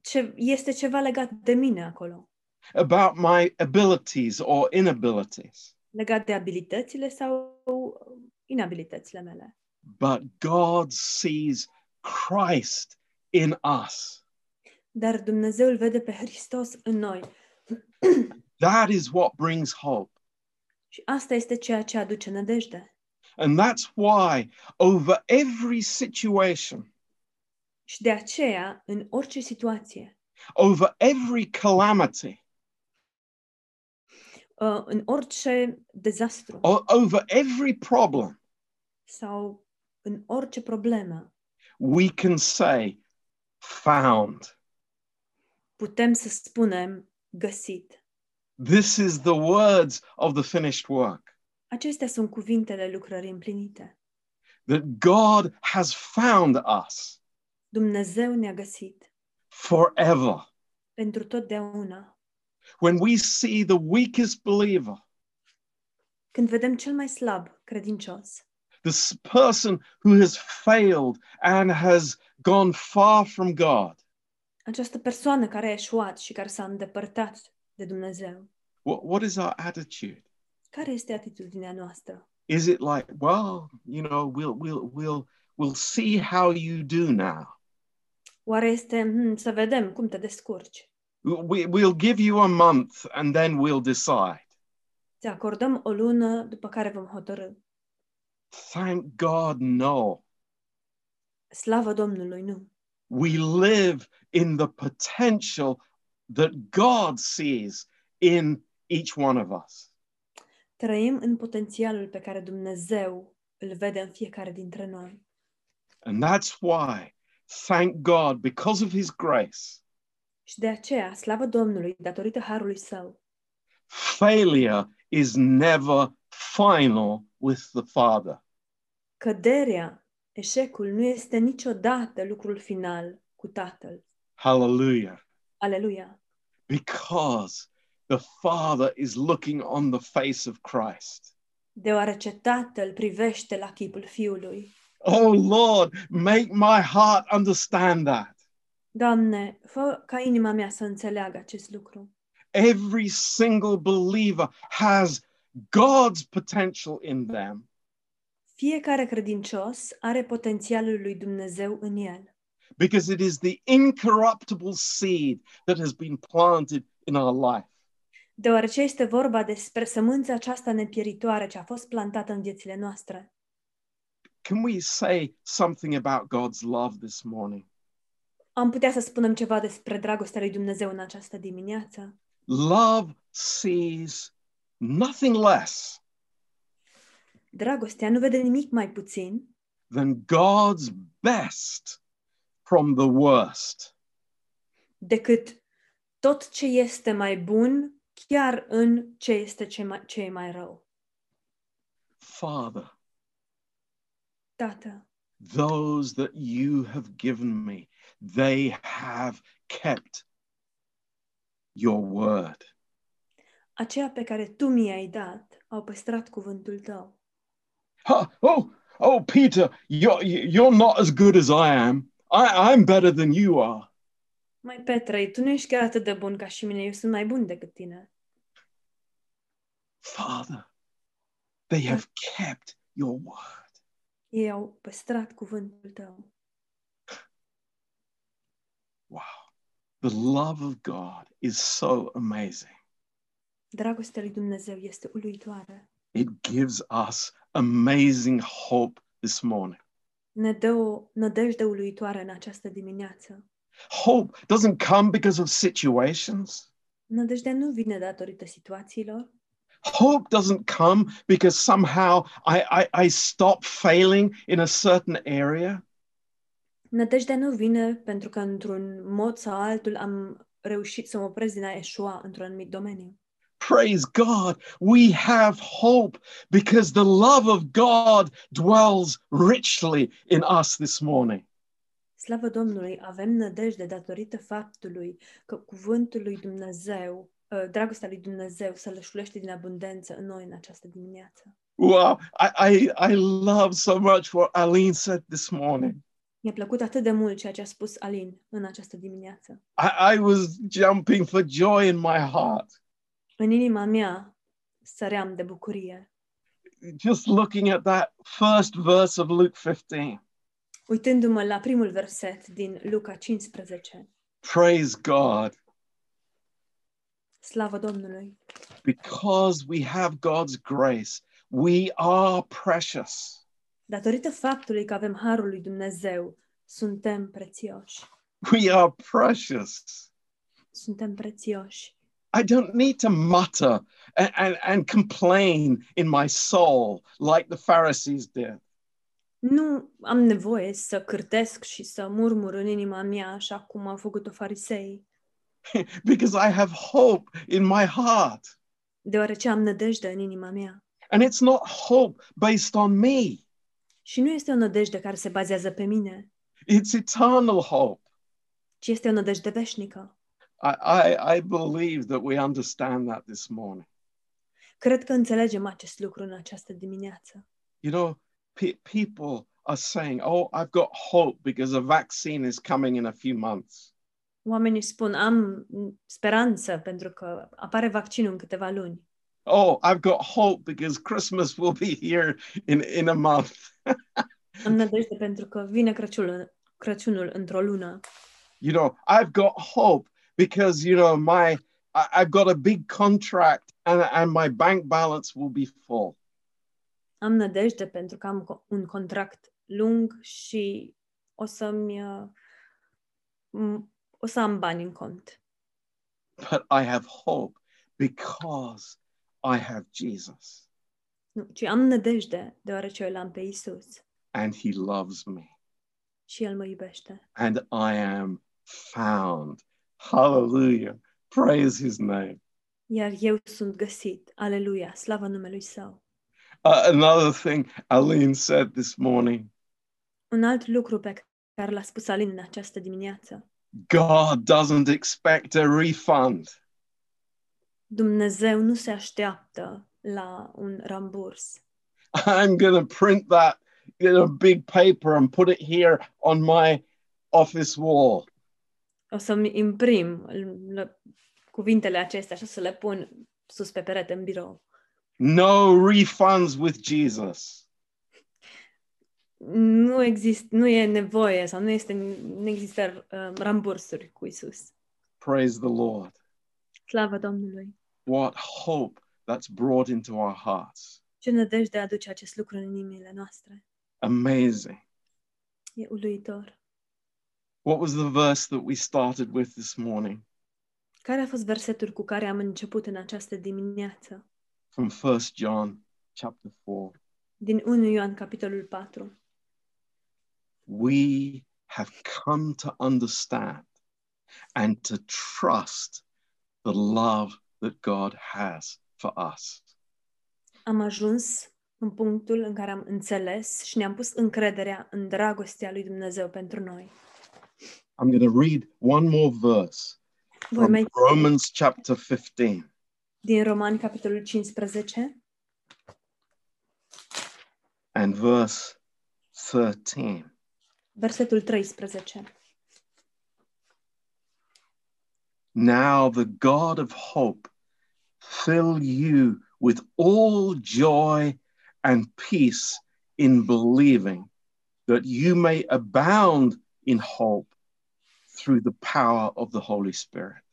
[SPEAKER 2] ce, este ceva legat de mine acolo,
[SPEAKER 1] about my abilities or inabilities.
[SPEAKER 2] legat de abilitățile sau inabilitățile mele.
[SPEAKER 1] But God sees Christ in us.
[SPEAKER 2] Dar Dumnezeu îl vede pe Hristos în noi.
[SPEAKER 1] That is what brings hope.
[SPEAKER 2] Și asta este ceea ce aduce nădejde.
[SPEAKER 1] And that's why, over every situation,
[SPEAKER 2] Și de aceea, în orice situație,
[SPEAKER 1] over every calamity,
[SPEAKER 2] uh, în orice dezastru
[SPEAKER 1] or over every problem,
[SPEAKER 2] sau în orice problemă,
[SPEAKER 1] we can say, found.
[SPEAKER 2] putem să spunem găsit.
[SPEAKER 1] This is the words of the finished work
[SPEAKER 2] Acestea sunt cuvintele lucrării împlinite.
[SPEAKER 1] that God has found us
[SPEAKER 2] Dumnezeu ne-a găsit
[SPEAKER 1] forever.
[SPEAKER 2] pentru totdeauna.
[SPEAKER 1] When we see the weakest believer,
[SPEAKER 2] Când vedem cel mai slab credincios,
[SPEAKER 1] this person who has failed and has gone far from God,
[SPEAKER 2] această persoană care a eșuat și care s-a îndepărtat de Dumnezeu,
[SPEAKER 1] what, what is our attitude?
[SPEAKER 2] care este atitudinea noastră?
[SPEAKER 1] Is it like, well, you know, we'll we'll we'll we'll see how you do now.
[SPEAKER 2] Oare este hmm, să vedem cum te descurci?
[SPEAKER 1] We, we'll give you a month and then we'll decide.
[SPEAKER 2] Ți acordăm o lună după care vom hotărâ.
[SPEAKER 1] Thank God, no.
[SPEAKER 2] Slavă Domnului, nu!
[SPEAKER 1] We live in the potential that God sees in each one of us.
[SPEAKER 2] Trăim în potențialul pe care Dumnezeu îl vede în fiecare dintre noi.
[SPEAKER 1] And that's why, thank God, because of His grace,
[SPEAKER 2] Și de aceea, slavă Domnului, datorită harului său,
[SPEAKER 1] failure is never final with the Father.
[SPEAKER 2] căderea, eșecul nu este niciodată lucrul final cu Tatăl.
[SPEAKER 1] Hallelujah.
[SPEAKER 2] Aleluia!
[SPEAKER 1] Because the Father is looking on the face of Christ.
[SPEAKER 2] Deoarece Tatăl privește la chipul Fiului.
[SPEAKER 1] Oh Lord, make my heart understand that.
[SPEAKER 2] Doamne, fă ca inima mea să înțeleagă acest lucru.
[SPEAKER 1] Every single believer has God's potential in them,
[SPEAKER 2] Fiecare credincios are potențialul lui Dumnezeu în el.
[SPEAKER 1] because it is the incorruptible seed that has been planted in our life.
[SPEAKER 2] deoarece este vorba despre sămânța aceasta nepieritoare ce a fost plantată în viețile noastre.
[SPEAKER 1] Can we say something about God's love this morning?
[SPEAKER 2] Am putea să spunem ceva despre dragostea lui Dumnezeu în această dimineață.
[SPEAKER 1] Love sees nothing less
[SPEAKER 2] Dragostea nu vede nimic mai puțin
[SPEAKER 1] than God's best from the worst.
[SPEAKER 2] decât tot ce este mai bun, chiar în ce este ce, mai, ce e mai rău.
[SPEAKER 1] Father,
[SPEAKER 2] Tată,
[SPEAKER 1] those that you have given me, they have kept your word.
[SPEAKER 2] aceea pe care tu mi-ai dat, au păstrat cuvântul tău.
[SPEAKER 1] Ha, oh, oh, Peter, you're, you're not as good as I am. I, I'm better than you are.
[SPEAKER 2] Mai Petre, tu nu ești chiar atât de bun ca și mine, eu sunt mai bun decât tine.
[SPEAKER 1] Father, they have kept your word.
[SPEAKER 2] Ei au păstrat cuvântul tău.
[SPEAKER 1] Wow. The love of God is so amazing.
[SPEAKER 2] Dragostea lui Dumnezeu este uluitoare.
[SPEAKER 1] It gives us amazing hope this morning.
[SPEAKER 2] Ne dă o nădejde uluitoare în această dimineață.
[SPEAKER 1] Hope doesn't come because of situations.
[SPEAKER 2] Nădejdea nu vine datorită situațiilor.
[SPEAKER 1] Hope doesn't come because somehow I, I, I stop failing in a certain area.
[SPEAKER 2] Nădejdea nu vine pentru că într-un mod sau altul am reușit să mă opresc din a eșua într-un anumit domeniu.
[SPEAKER 1] Praise God, we have hope because the love of God dwells richly in us this morning.
[SPEAKER 2] Slavă Domnului, avem nădejde datorită faptului că cuvântul lui Dumnezeu, uh, dragostea lui Dumnezeu să lășulește din abundență în noi în această dimineață.
[SPEAKER 1] Wow, I, I, I love so much what Aline said this morning.
[SPEAKER 2] Mi-a plăcut atât de mult ceea ce a spus Alin în această dimineață.
[SPEAKER 1] I, I was jumping for joy in my heart,
[SPEAKER 2] În inima mea săream de bucurie,
[SPEAKER 1] just looking at that first verse of Luke 15.
[SPEAKER 2] uitându-mă la primul verset din Luca 15.
[SPEAKER 1] Praise God,
[SPEAKER 2] Slavă Domnului!
[SPEAKER 1] because we have God's grace, we are precious.
[SPEAKER 2] Datorită faptului că avem harul lui Dumnezeu, suntem prețioși.
[SPEAKER 1] We are precious.
[SPEAKER 2] Suntem prețioși.
[SPEAKER 1] I don't need to mutter and, and, and complain in my soul like the Pharisees did.
[SPEAKER 2] Nu am nevoie să cârtesc și să murmur în inima mea așa cum au făcut-o farisei,
[SPEAKER 1] because I have hope in my heart.
[SPEAKER 2] deoarece am nădejde în inima mea.
[SPEAKER 1] And it's not hope based on me,
[SPEAKER 2] Și nu este o nădejde care se bazează pe mine,
[SPEAKER 1] it's eternal hope.
[SPEAKER 2] ci este o nădejde veșnică.
[SPEAKER 1] I, I, I believe that we understand that this morning.
[SPEAKER 2] Cred că înțelegem acest lucru în această dimineață.
[SPEAKER 1] You know, pe- people are saying, oh, I've got hope because a vaccine is coming in a few months.
[SPEAKER 2] Oamenii spun, am speranță pentru că apare vaccinul în câteva luni.
[SPEAKER 1] Oh, I've got hope because Christmas will be here in, in a month.
[SPEAKER 2] Am nădejde pentru că vine Crăciunul, Crăciunul într-o lună.
[SPEAKER 1] you know i've got hope because you know my I, i've got a big contract and, and my bank balance will be full
[SPEAKER 2] Am nădejde pentru că am co- un contract lung și o să-mi uh, m- o să am bani în cont.
[SPEAKER 1] but i have hope because i have jesus
[SPEAKER 2] Nu, ci am nădejde deoarece eu l-am pe Isus
[SPEAKER 1] and he loves me
[SPEAKER 2] și El mă iubește.
[SPEAKER 1] and i am found hallelujah praise his name
[SPEAKER 2] Iar eu sunt găsit. Aleluia, slavă numelui Său.
[SPEAKER 1] Uh, another thing aline said this morning
[SPEAKER 2] Un alt lucru pe care l-a spus Alin în această dimineață.
[SPEAKER 1] god doesn't expect a refund
[SPEAKER 2] Dumnezeu nu se așteaptă la un ramburs.
[SPEAKER 1] I'm going to print that in a big paper and put it here on my office wall.
[SPEAKER 2] O să-mi imprim l- l- cuvintele acestea și o să le pun sus pe perete în birou.
[SPEAKER 1] No refunds with Jesus.
[SPEAKER 2] Nu, exist, nu e nevoie sau nu, este, nu există uh, rambursuri cu Isus.
[SPEAKER 1] Praise the Lord.
[SPEAKER 2] Slavă Domnului!
[SPEAKER 1] What hope that's brought into our hearts.
[SPEAKER 2] Ce nădejde aduce acest lucru în inimile noastre.
[SPEAKER 1] Amazing.
[SPEAKER 2] E uluitor.
[SPEAKER 1] What was the verse that we started with this morning
[SPEAKER 2] Care a fost versetul cu care am început în această dimineață?
[SPEAKER 1] from First John chapter 4?
[SPEAKER 2] Din 1 Ioan, capitolul 4.
[SPEAKER 1] we have come to understand and to trust the love that God has for us.
[SPEAKER 2] Am ajuns în punctul în care am înțeles și ne-am pus încrederea în dragostea lui Dumnezeu pentru noi.
[SPEAKER 1] I'm going to read one more verse
[SPEAKER 2] Voi
[SPEAKER 1] from
[SPEAKER 2] mai
[SPEAKER 1] Romans chapter 15.
[SPEAKER 2] din Roman, capitolul 15,
[SPEAKER 1] and verse 13.
[SPEAKER 2] versetul 13.
[SPEAKER 1] Now the God of hope fill you with all joy and peace in believing, that you may abound in hope through the power of the Holy Spirit.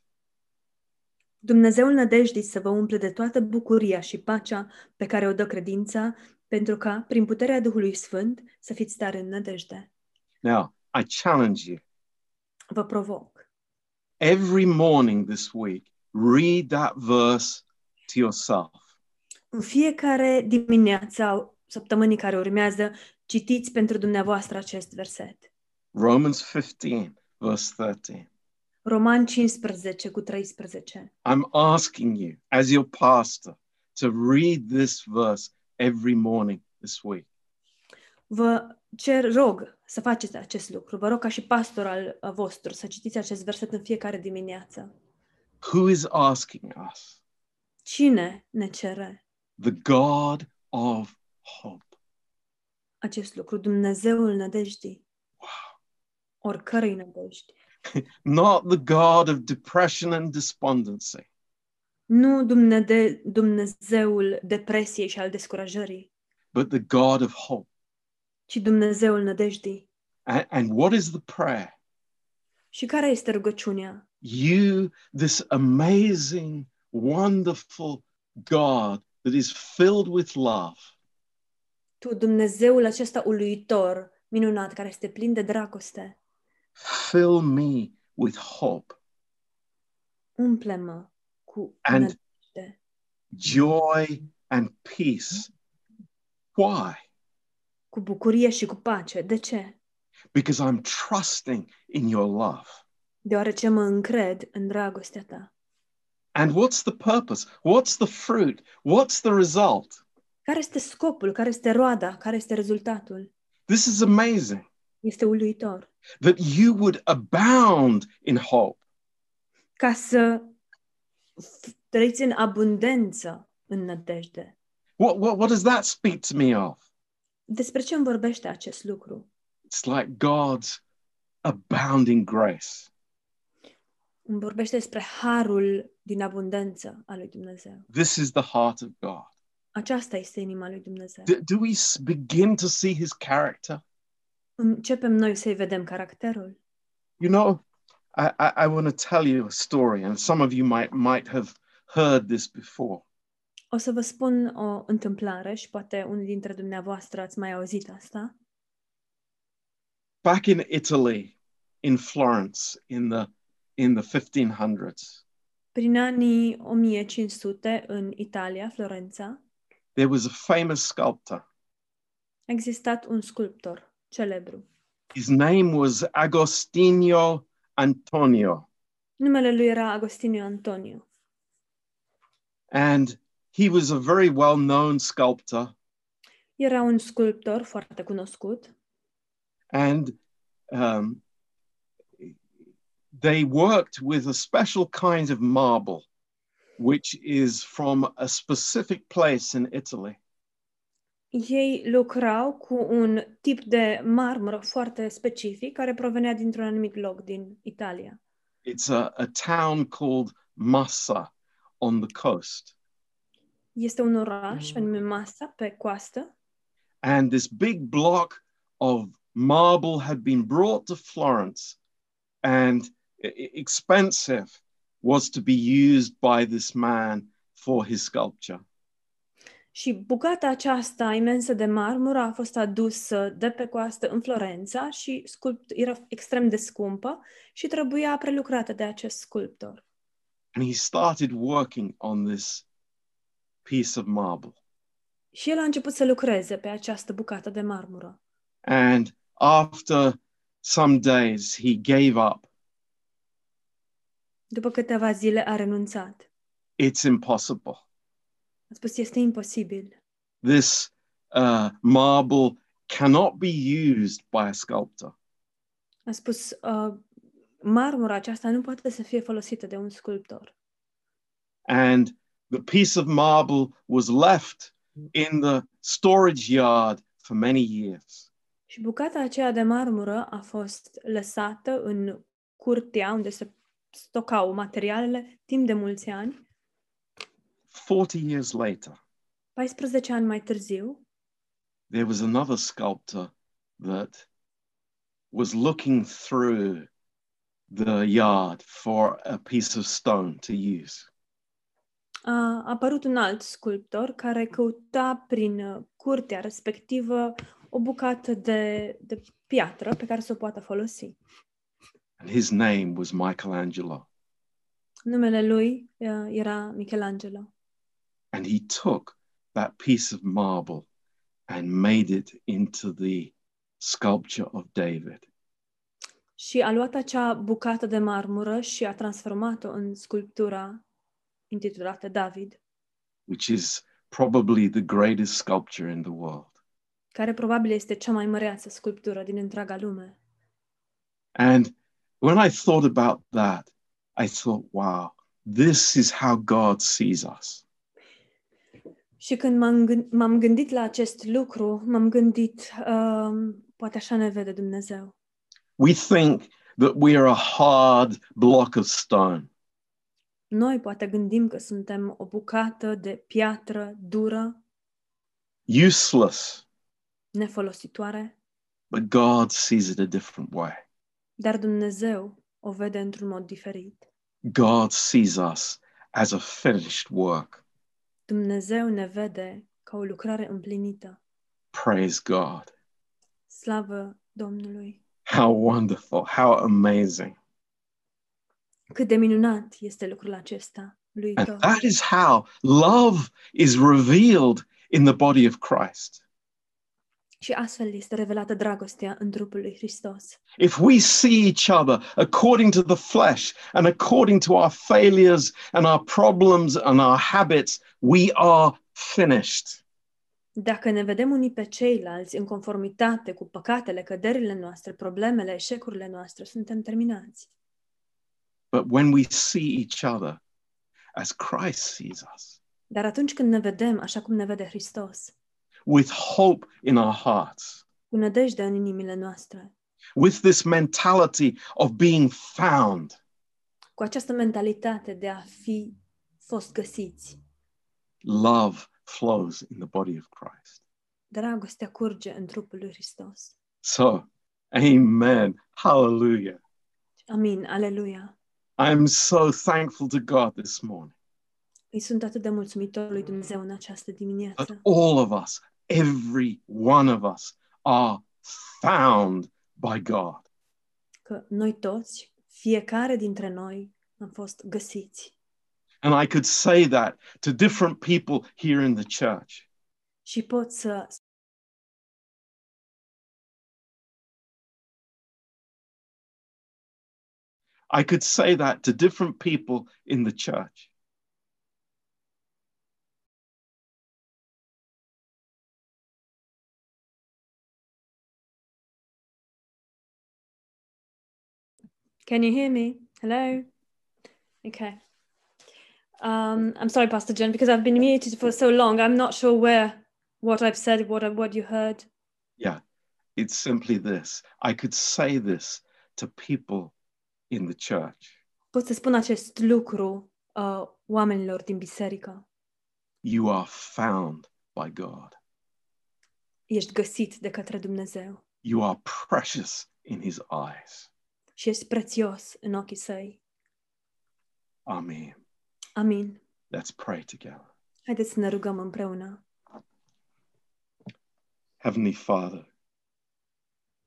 [SPEAKER 2] Dumnezeul nădejdii să vă umple de toată bucuria și pacea pe care o dă credința, pentru ca, prin puterea Duhului Sfânt, să fiți tare în nădejde.
[SPEAKER 1] Now, I challenge you
[SPEAKER 2] Vă provoc.
[SPEAKER 1] every morning this week, read that verse to yourself.
[SPEAKER 2] În fiecare dimineață sau săptămânii care urmează, citiți pentru dumneavoastră acest verset.
[SPEAKER 1] Romans 15, verse 13.
[SPEAKER 2] Roman 15 cu 13.
[SPEAKER 1] I'm asking you, as your pastor, to read this verse every morning this week.
[SPEAKER 2] Vă cer, rog, să faceți acest lucru. Vă rog ca și pastor al uh, vostru să citiți acest verset în fiecare dimineață.
[SPEAKER 1] Who is asking us?
[SPEAKER 2] Cine ne cere
[SPEAKER 1] The God of hope.
[SPEAKER 2] acest lucru? Dumnezeul nădejdii. Oricărei nădejdi.
[SPEAKER 1] Not the God of depression and despondency,
[SPEAKER 2] Nu Dumne- de- Dumnezeul depresiei și al descurajării,
[SPEAKER 1] but the God of hope.
[SPEAKER 2] ci Dumnezeul nădejdii.
[SPEAKER 1] A- and what is the prayer?
[SPEAKER 2] Și care este rugăciunea?
[SPEAKER 1] You, this amazing, wonderful God that is filled with love,
[SPEAKER 2] Tu, Dumnezeul acesta uluitor, minunat, care este plin de dragoste,
[SPEAKER 1] fill me with hope
[SPEAKER 2] umple-mă cu
[SPEAKER 1] And-
[SPEAKER 2] nădejde,
[SPEAKER 1] joy and peace. Why?
[SPEAKER 2] cu bucurie și cu pace. De ce?
[SPEAKER 1] Because I'm trusting in your love.
[SPEAKER 2] Deoarece mă încred în dragostea ta.
[SPEAKER 1] And what's the purpose? What's the fruit? What's the result?
[SPEAKER 2] Care este scopul? Care este roada? Care este rezultatul?
[SPEAKER 1] This is amazing
[SPEAKER 2] Este uluitor.
[SPEAKER 1] that you would abound in hope.
[SPEAKER 2] Ca să f- trăiți în abundență în nădejde.
[SPEAKER 1] What, what, what does that speak to me of?
[SPEAKER 2] Despre ce îmi vorbește acest lucru?
[SPEAKER 1] It's like God's abounding grace.
[SPEAKER 2] Îmi vorbește despre harul din abundență a lui Dumnezeu.
[SPEAKER 1] This is the heart of God.
[SPEAKER 2] Aceasta este inima lui Dumnezeu.
[SPEAKER 1] Do, do we s- begin to see his character?
[SPEAKER 2] Începem noi să-i vedem caracterul.
[SPEAKER 1] You know, I, I, I want to tell you a story, and some of you might, might have heard this before.
[SPEAKER 2] O să vă spun o întâmplare și poate unul dintre dumneavoastră ați mai auzit asta.
[SPEAKER 1] back in Italy, in Florence, in the in the 1500s,
[SPEAKER 2] Prin anii 1500, în Italia, Florența,
[SPEAKER 1] there was a famous sculptor.
[SPEAKER 2] a existat un sculptor celebru.
[SPEAKER 1] His name was Agostino Antonio,
[SPEAKER 2] Numele lui era Agostinio Antonio
[SPEAKER 1] and he was a very well-known sculptor.
[SPEAKER 2] Era un sculptor foarte cunoscut
[SPEAKER 1] And um, they worked with a special kind of marble, which is from a specific place in Italy.
[SPEAKER 2] Ei lucrau cu un tip de marmură foarte specific care provenea dintr-un anumit loc din Italia.
[SPEAKER 1] It's a, a town called Massa on the coast.
[SPEAKER 2] Este un oraș pe nume Massa, pe coastă,
[SPEAKER 1] And this big block of marble had been brought to Florence and e- e- expensive was to be used by this man for his sculpture.
[SPEAKER 2] și bucata aceasta imensă de marmură a fost adusă de pe coastă în Florența și sculpt era extrem de scumpă și trebuia prelucrată de acest sculptor.
[SPEAKER 1] And he started working on this piece of marble.
[SPEAKER 2] Și el a început să lucreze pe această bucată de marmură.
[SPEAKER 1] And after some days, he gave up.
[SPEAKER 2] După câteva zile a renunțat.
[SPEAKER 1] It's impossible.
[SPEAKER 2] A spus, este imposibil.
[SPEAKER 1] This uh, marble cannot be used by a sculptor.
[SPEAKER 2] A spus, "Uh, marmura aceasta nu poate să fie folosită de un sculptor.
[SPEAKER 1] and the piece of marble was left in the storage yard for many years.
[SPEAKER 2] Și bucata aceea de marmură a fost lăsată în curtea unde se stocau materialele timp de mulți ani.
[SPEAKER 1] 40 years later,
[SPEAKER 2] 14 ani mai târziu,
[SPEAKER 1] there was another sculptor that was looking through the yard for a piece of stone to use.
[SPEAKER 2] a apărut un alt sculptor care căuta prin uh, curtea respectivă o bucată de, de piatră pe care să o poată folosi.
[SPEAKER 1] And his name was Michelangelo.
[SPEAKER 2] Numele lui uh, era Michelangelo
[SPEAKER 1] And he took that piece of marble and made it into the sculpture of David.
[SPEAKER 2] și a luat acea bucată de marmură și a transformat-o în sculptura intitulată David,
[SPEAKER 1] which is probably the greatest sculpture in the world.
[SPEAKER 2] care probabil este cea mai măreață sculptură din întreaga lume.
[SPEAKER 1] And when I thought about that, I thought, wow, this is how God sees us.
[SPEAKER 2] Și când m-am, gând- m-am gândit la acest lucru, m-am gândit, um, poate așa ne vede Dumnezeu.
[SPEAKER 1] We think that we are a hard block of stone,
[SPEAKER 2] Noi poate gândim că suntem o bucată de piatră dură,
[SPEAKER 1] useless,
[SPEAKER 2] nefolositoare,
[SPEAKER 1] but God sees it a different way.
[SPEAKER 2] dar Dumnezeu o vede într-un mod diferit.
[SPEAKER 1] God sees us as a finished work.
[SPEAKER 2] Dumnezeu ne vede ca o lucrare împlinită.
[SPEAKER 1] Praise God.
[SPEAKER 2] Slavă Domnului!
[SPEAKER 1] How wonderful, how amazing.
[SPEAKER 2] Cât de minunat este lucrul acesta, lui
[SPEAKER 1] And
[SPEAKER 2] Tov.
[SPEAKER 1] that is how love is revealed in the body of Christ.
[SPEAKER 2] Și astfel este revelată dragostea în trupul lui Hristos.
[SPEAKER 1] If we see each other according to the flesh and according to our failures and our problems and our habits, we are finished.
[SPEAKER 2] Dacă ne vedem unii pe ceilalți în conformitate cu păcatele, căderile noastre, problemele, eșecurile noastre, suntem terminați.
[SPEAKER 1] But when we see each other as Christ sees us,
[SPEAKER 2] Dar atunci când ne vedem așa cum ne vede Hristos,
[SPEAKER 1] with hope in our hearts,
[SPEAKER 2] cu nădejde în inimile noastre,
[SPEAKER 1] with this mentality of being found,
[SPEAKER 2] cu această mentalitate de a fi fost găsiți,
[SPEAKER 1] love flows in the body of Christ.
[SPEAKER 2] dragostea curge în trupul lui Hristos.
[SPEAKER 1] So, amen. Hallelujah.
[SPEAKER 2] Amin, aleluia!
[SPEAKER 1] I'm so thankful to God this morning.
[SPEAKER 2] Îi sunt atât de mulțumitor lui Dumnezeu în această
[SPEAKER 1] that
[SPEAKER 2] dimineață.
[SPEAKER 1] all of us, every one of us, are found by God.
[SPEAKER 2] că noi toți, fiecare dintre noi, am fost găsiți.
[SPEAKER 1] And I could say that to different people here in the church.
[SPEAKER 2] Și pot să
[SPEAKER 1] I could say that to different people in the church.
[SPEAKER 2] Can you hear me? Hello? Okay. Um, I'm sorry, Pastor Jen, because I've been muted for so long. I'm not sure where what I've said, what I- what you heard.
[SPEAKER 1] It's simply this I could say this to people in the church.
[SPEAKER 2] Pot să spun acest lucru uh, oamenilor din biserică.
[SPEAKER 1] You are found by God,
[SPEAKER 2] Ești găsit de către Dumnezeu
[SPEAKER 1] you are precious in His eyes.
[SPEAKER 2] și ești prețios în ochii săi.
[SPEAKER 1] Amen.
[SPEAKER 2] Amin.
[SPEAKER 1] Let's pray together.
[SPEAKER 2] Haideți să ne rugăm împreună.
[SPEAKER 1] Heavenly Father,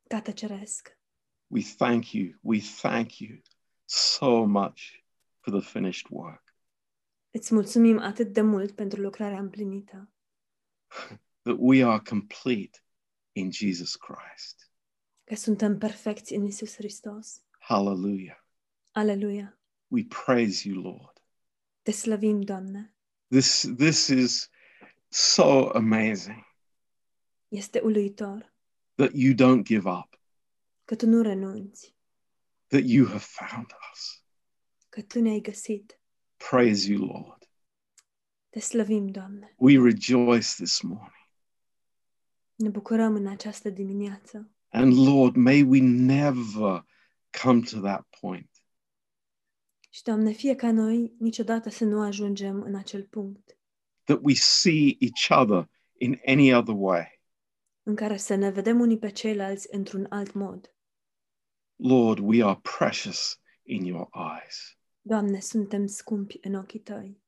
[SPEAKER 2] Tată Ceresc,
[SPEAKER 1] We thank you. We thank you so much for the finished work.
[SPEAKER 2] îți mulțumim atât de mult pentru lucrarea împlinită.
[SPEAKER 1] That we are complete in Jesus Christ.
[SPEAKER 2] că suntem perfecți în Isus Hristos.
[SPEAKER 1] Hallelujah.
[SPEAKER 2] Aleluia!
[SPEAKER 1] We praise you, Lord.
[SPEAKER 2] Te slăvim, Doamne!
[SPEAKER 1] This this is so amazing
[SPEAKER 2] Este uluitor
[SPEAKER 1] that you don't give up,
[SPEAKER 2] că Tu nu renunți,
[SPEAKER 1] that you have found us.
[SPEAKER 2] că Tu ne-ai găsit.
[SPEAKER 1] Praise you, Lord.
[SPEAKER 2] Te slăvim, Doamne!
[SPEAKER 1] We rejoice this morning.
[SPEAKER 2] Ne bucurăm în această dimineață.
[SPEAKER 1] And Lord, may we never come to that point.
[SPEAKER 2] Și, Doamne, fie ca noi niciodată să nu ajungem în acel punct
[SPEAKER 1] that we see each other in any other way.
[SPEAKER 2] în care să ne vedem unii pe ceilalți într-un alt mod.
[SPEAKER 1] Lord, we are precious in your eyes.
[SPEAKER 2] Doamne, suntem scumpi în ochii Tăi.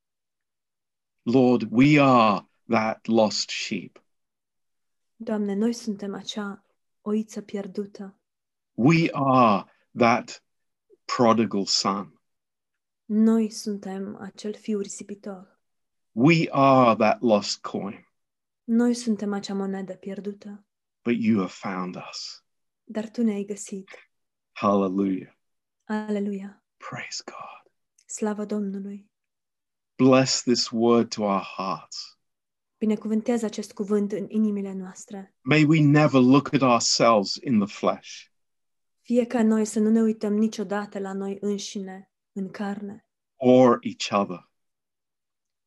[SPEAKER 1] Lord, we are that lost sheep.
[SPEAKER 2] Doamne, noi suntem acea oiță pierdută.
[SPEAKER 1] We are that prodigal son.
[SPEAKER 2] Noi suntem acel fiu risipitor.
[SPEAKER 1] We are that lost coin,
[SPEAKER 2] Noi suntem acea monedă pierdută.
[SPEAKER 1] but you have found us.
[SPEAKER 2] Dar Tu ne-ai găsit.
[SPEAKER 1] Hallelujah.
[SPEAKER 2] Aleluia!
[SPEAKER 1] Praise God.
[SPEAKER 2] Slavă Domnului!
[SPEAKER 1] Bless this word to our hearts.
[SPEAKER 2] Binecuvântează acest cuvânt în inimile noastre.
[SPEAKER 1] May we never look at ourselves in the flesh,
[SPEAKER 2] Fie ca noi să nu ne uităm niciodată la noi înșine, în carne,
[SPEAKER 1] or each other.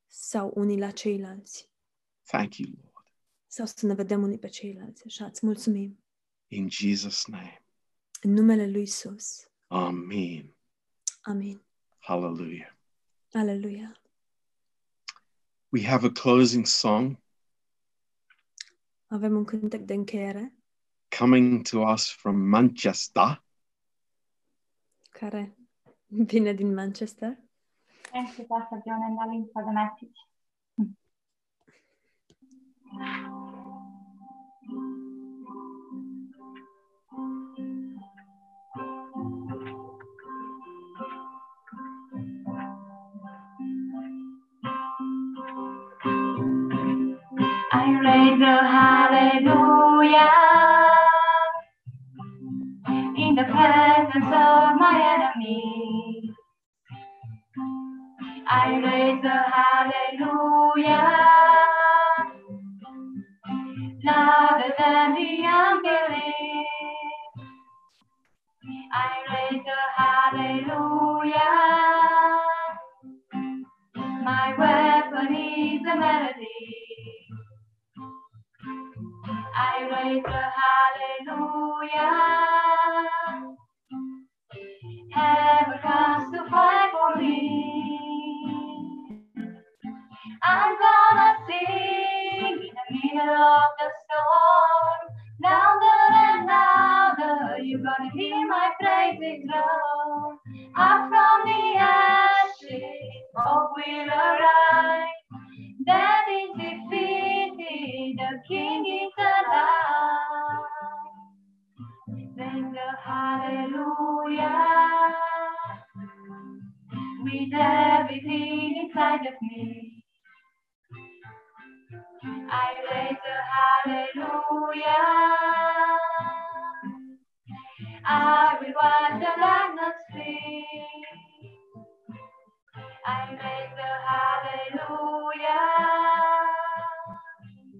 [SPEAKER 2] sau unii la ceilalți,
[SPEAKER 1] Thank you, Lord.
[SPEAKER 2] sau să ne vedem unii pe ceilalți. Așa, îți mulțumim.
[SPEAKER 1] In Jesus' name.
[SPEAKER 2] În numele Lui Isus.
[SPEAKER 1] Amen.
[SPEAKER 2] Amin.
[SPEAKER 1] Hallelujah.
[SPEAKER 2] Aleluia!
[SPEAKER 1] We have a closing song
[SPEAKER 2] Avem un cântec de încheiere
[SPEAKER 1] coming to us from Manchester.
[SPEAKER 2] care vine din Manchester.
[SPEAKER 3] Thanks to Pastor Eh, John and Aline for the message. I raise a hallelujah in the presence of my enemies. I raise a hallelujah, louder than the unbelief. I raise a hallelujah, my weapon is a melody. I raise a hallelujah. Heaven comes to fight for me. I'm gonna sing in the middle of the storm. Louder and louder, you're gonna hear my praises grow. Up from the ashes, hope will arise. That is defeated, the King is alive. Sing the hallelujah with everything inside of me. I raise a hallelujah. I will watch the lightnings flee. I raise a hallelujah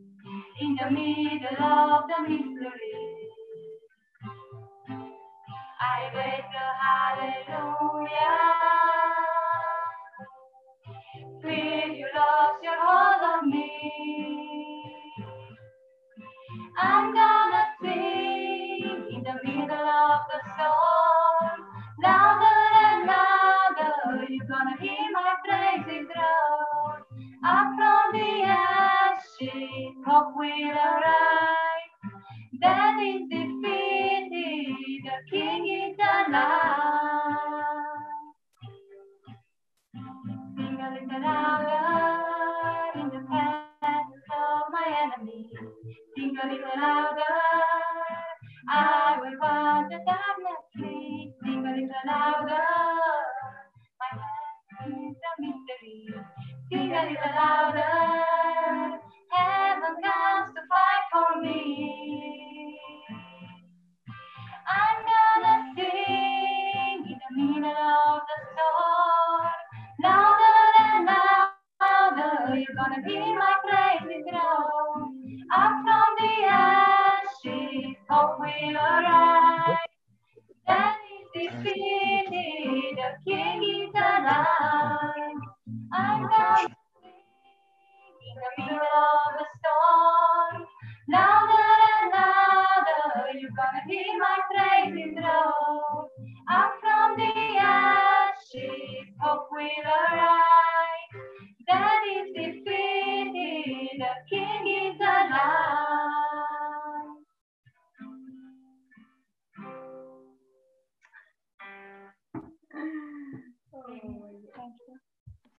[SPEAKER 3] in the middle of the mystery. I raise a hallelujah. Feel you lost your hold on me. I'm gonna sing in the middle of the storm. Louder and louder, you're gonna hear my praises roar. Up from the ashes, hope will arise. That is defeated, the king is alive. Sing a little louder in the presence of my enemy. Sing a little louder, I will watch the darkness flee. Sing a little louder, my heart is a mystery. Sing a little louder, heaven comes to fight for me. I'm gonna sing in the middle of the storm. Louder and louder, you're gonna hear my praises grow. Up from the ashes, hope will arise. That is defeated,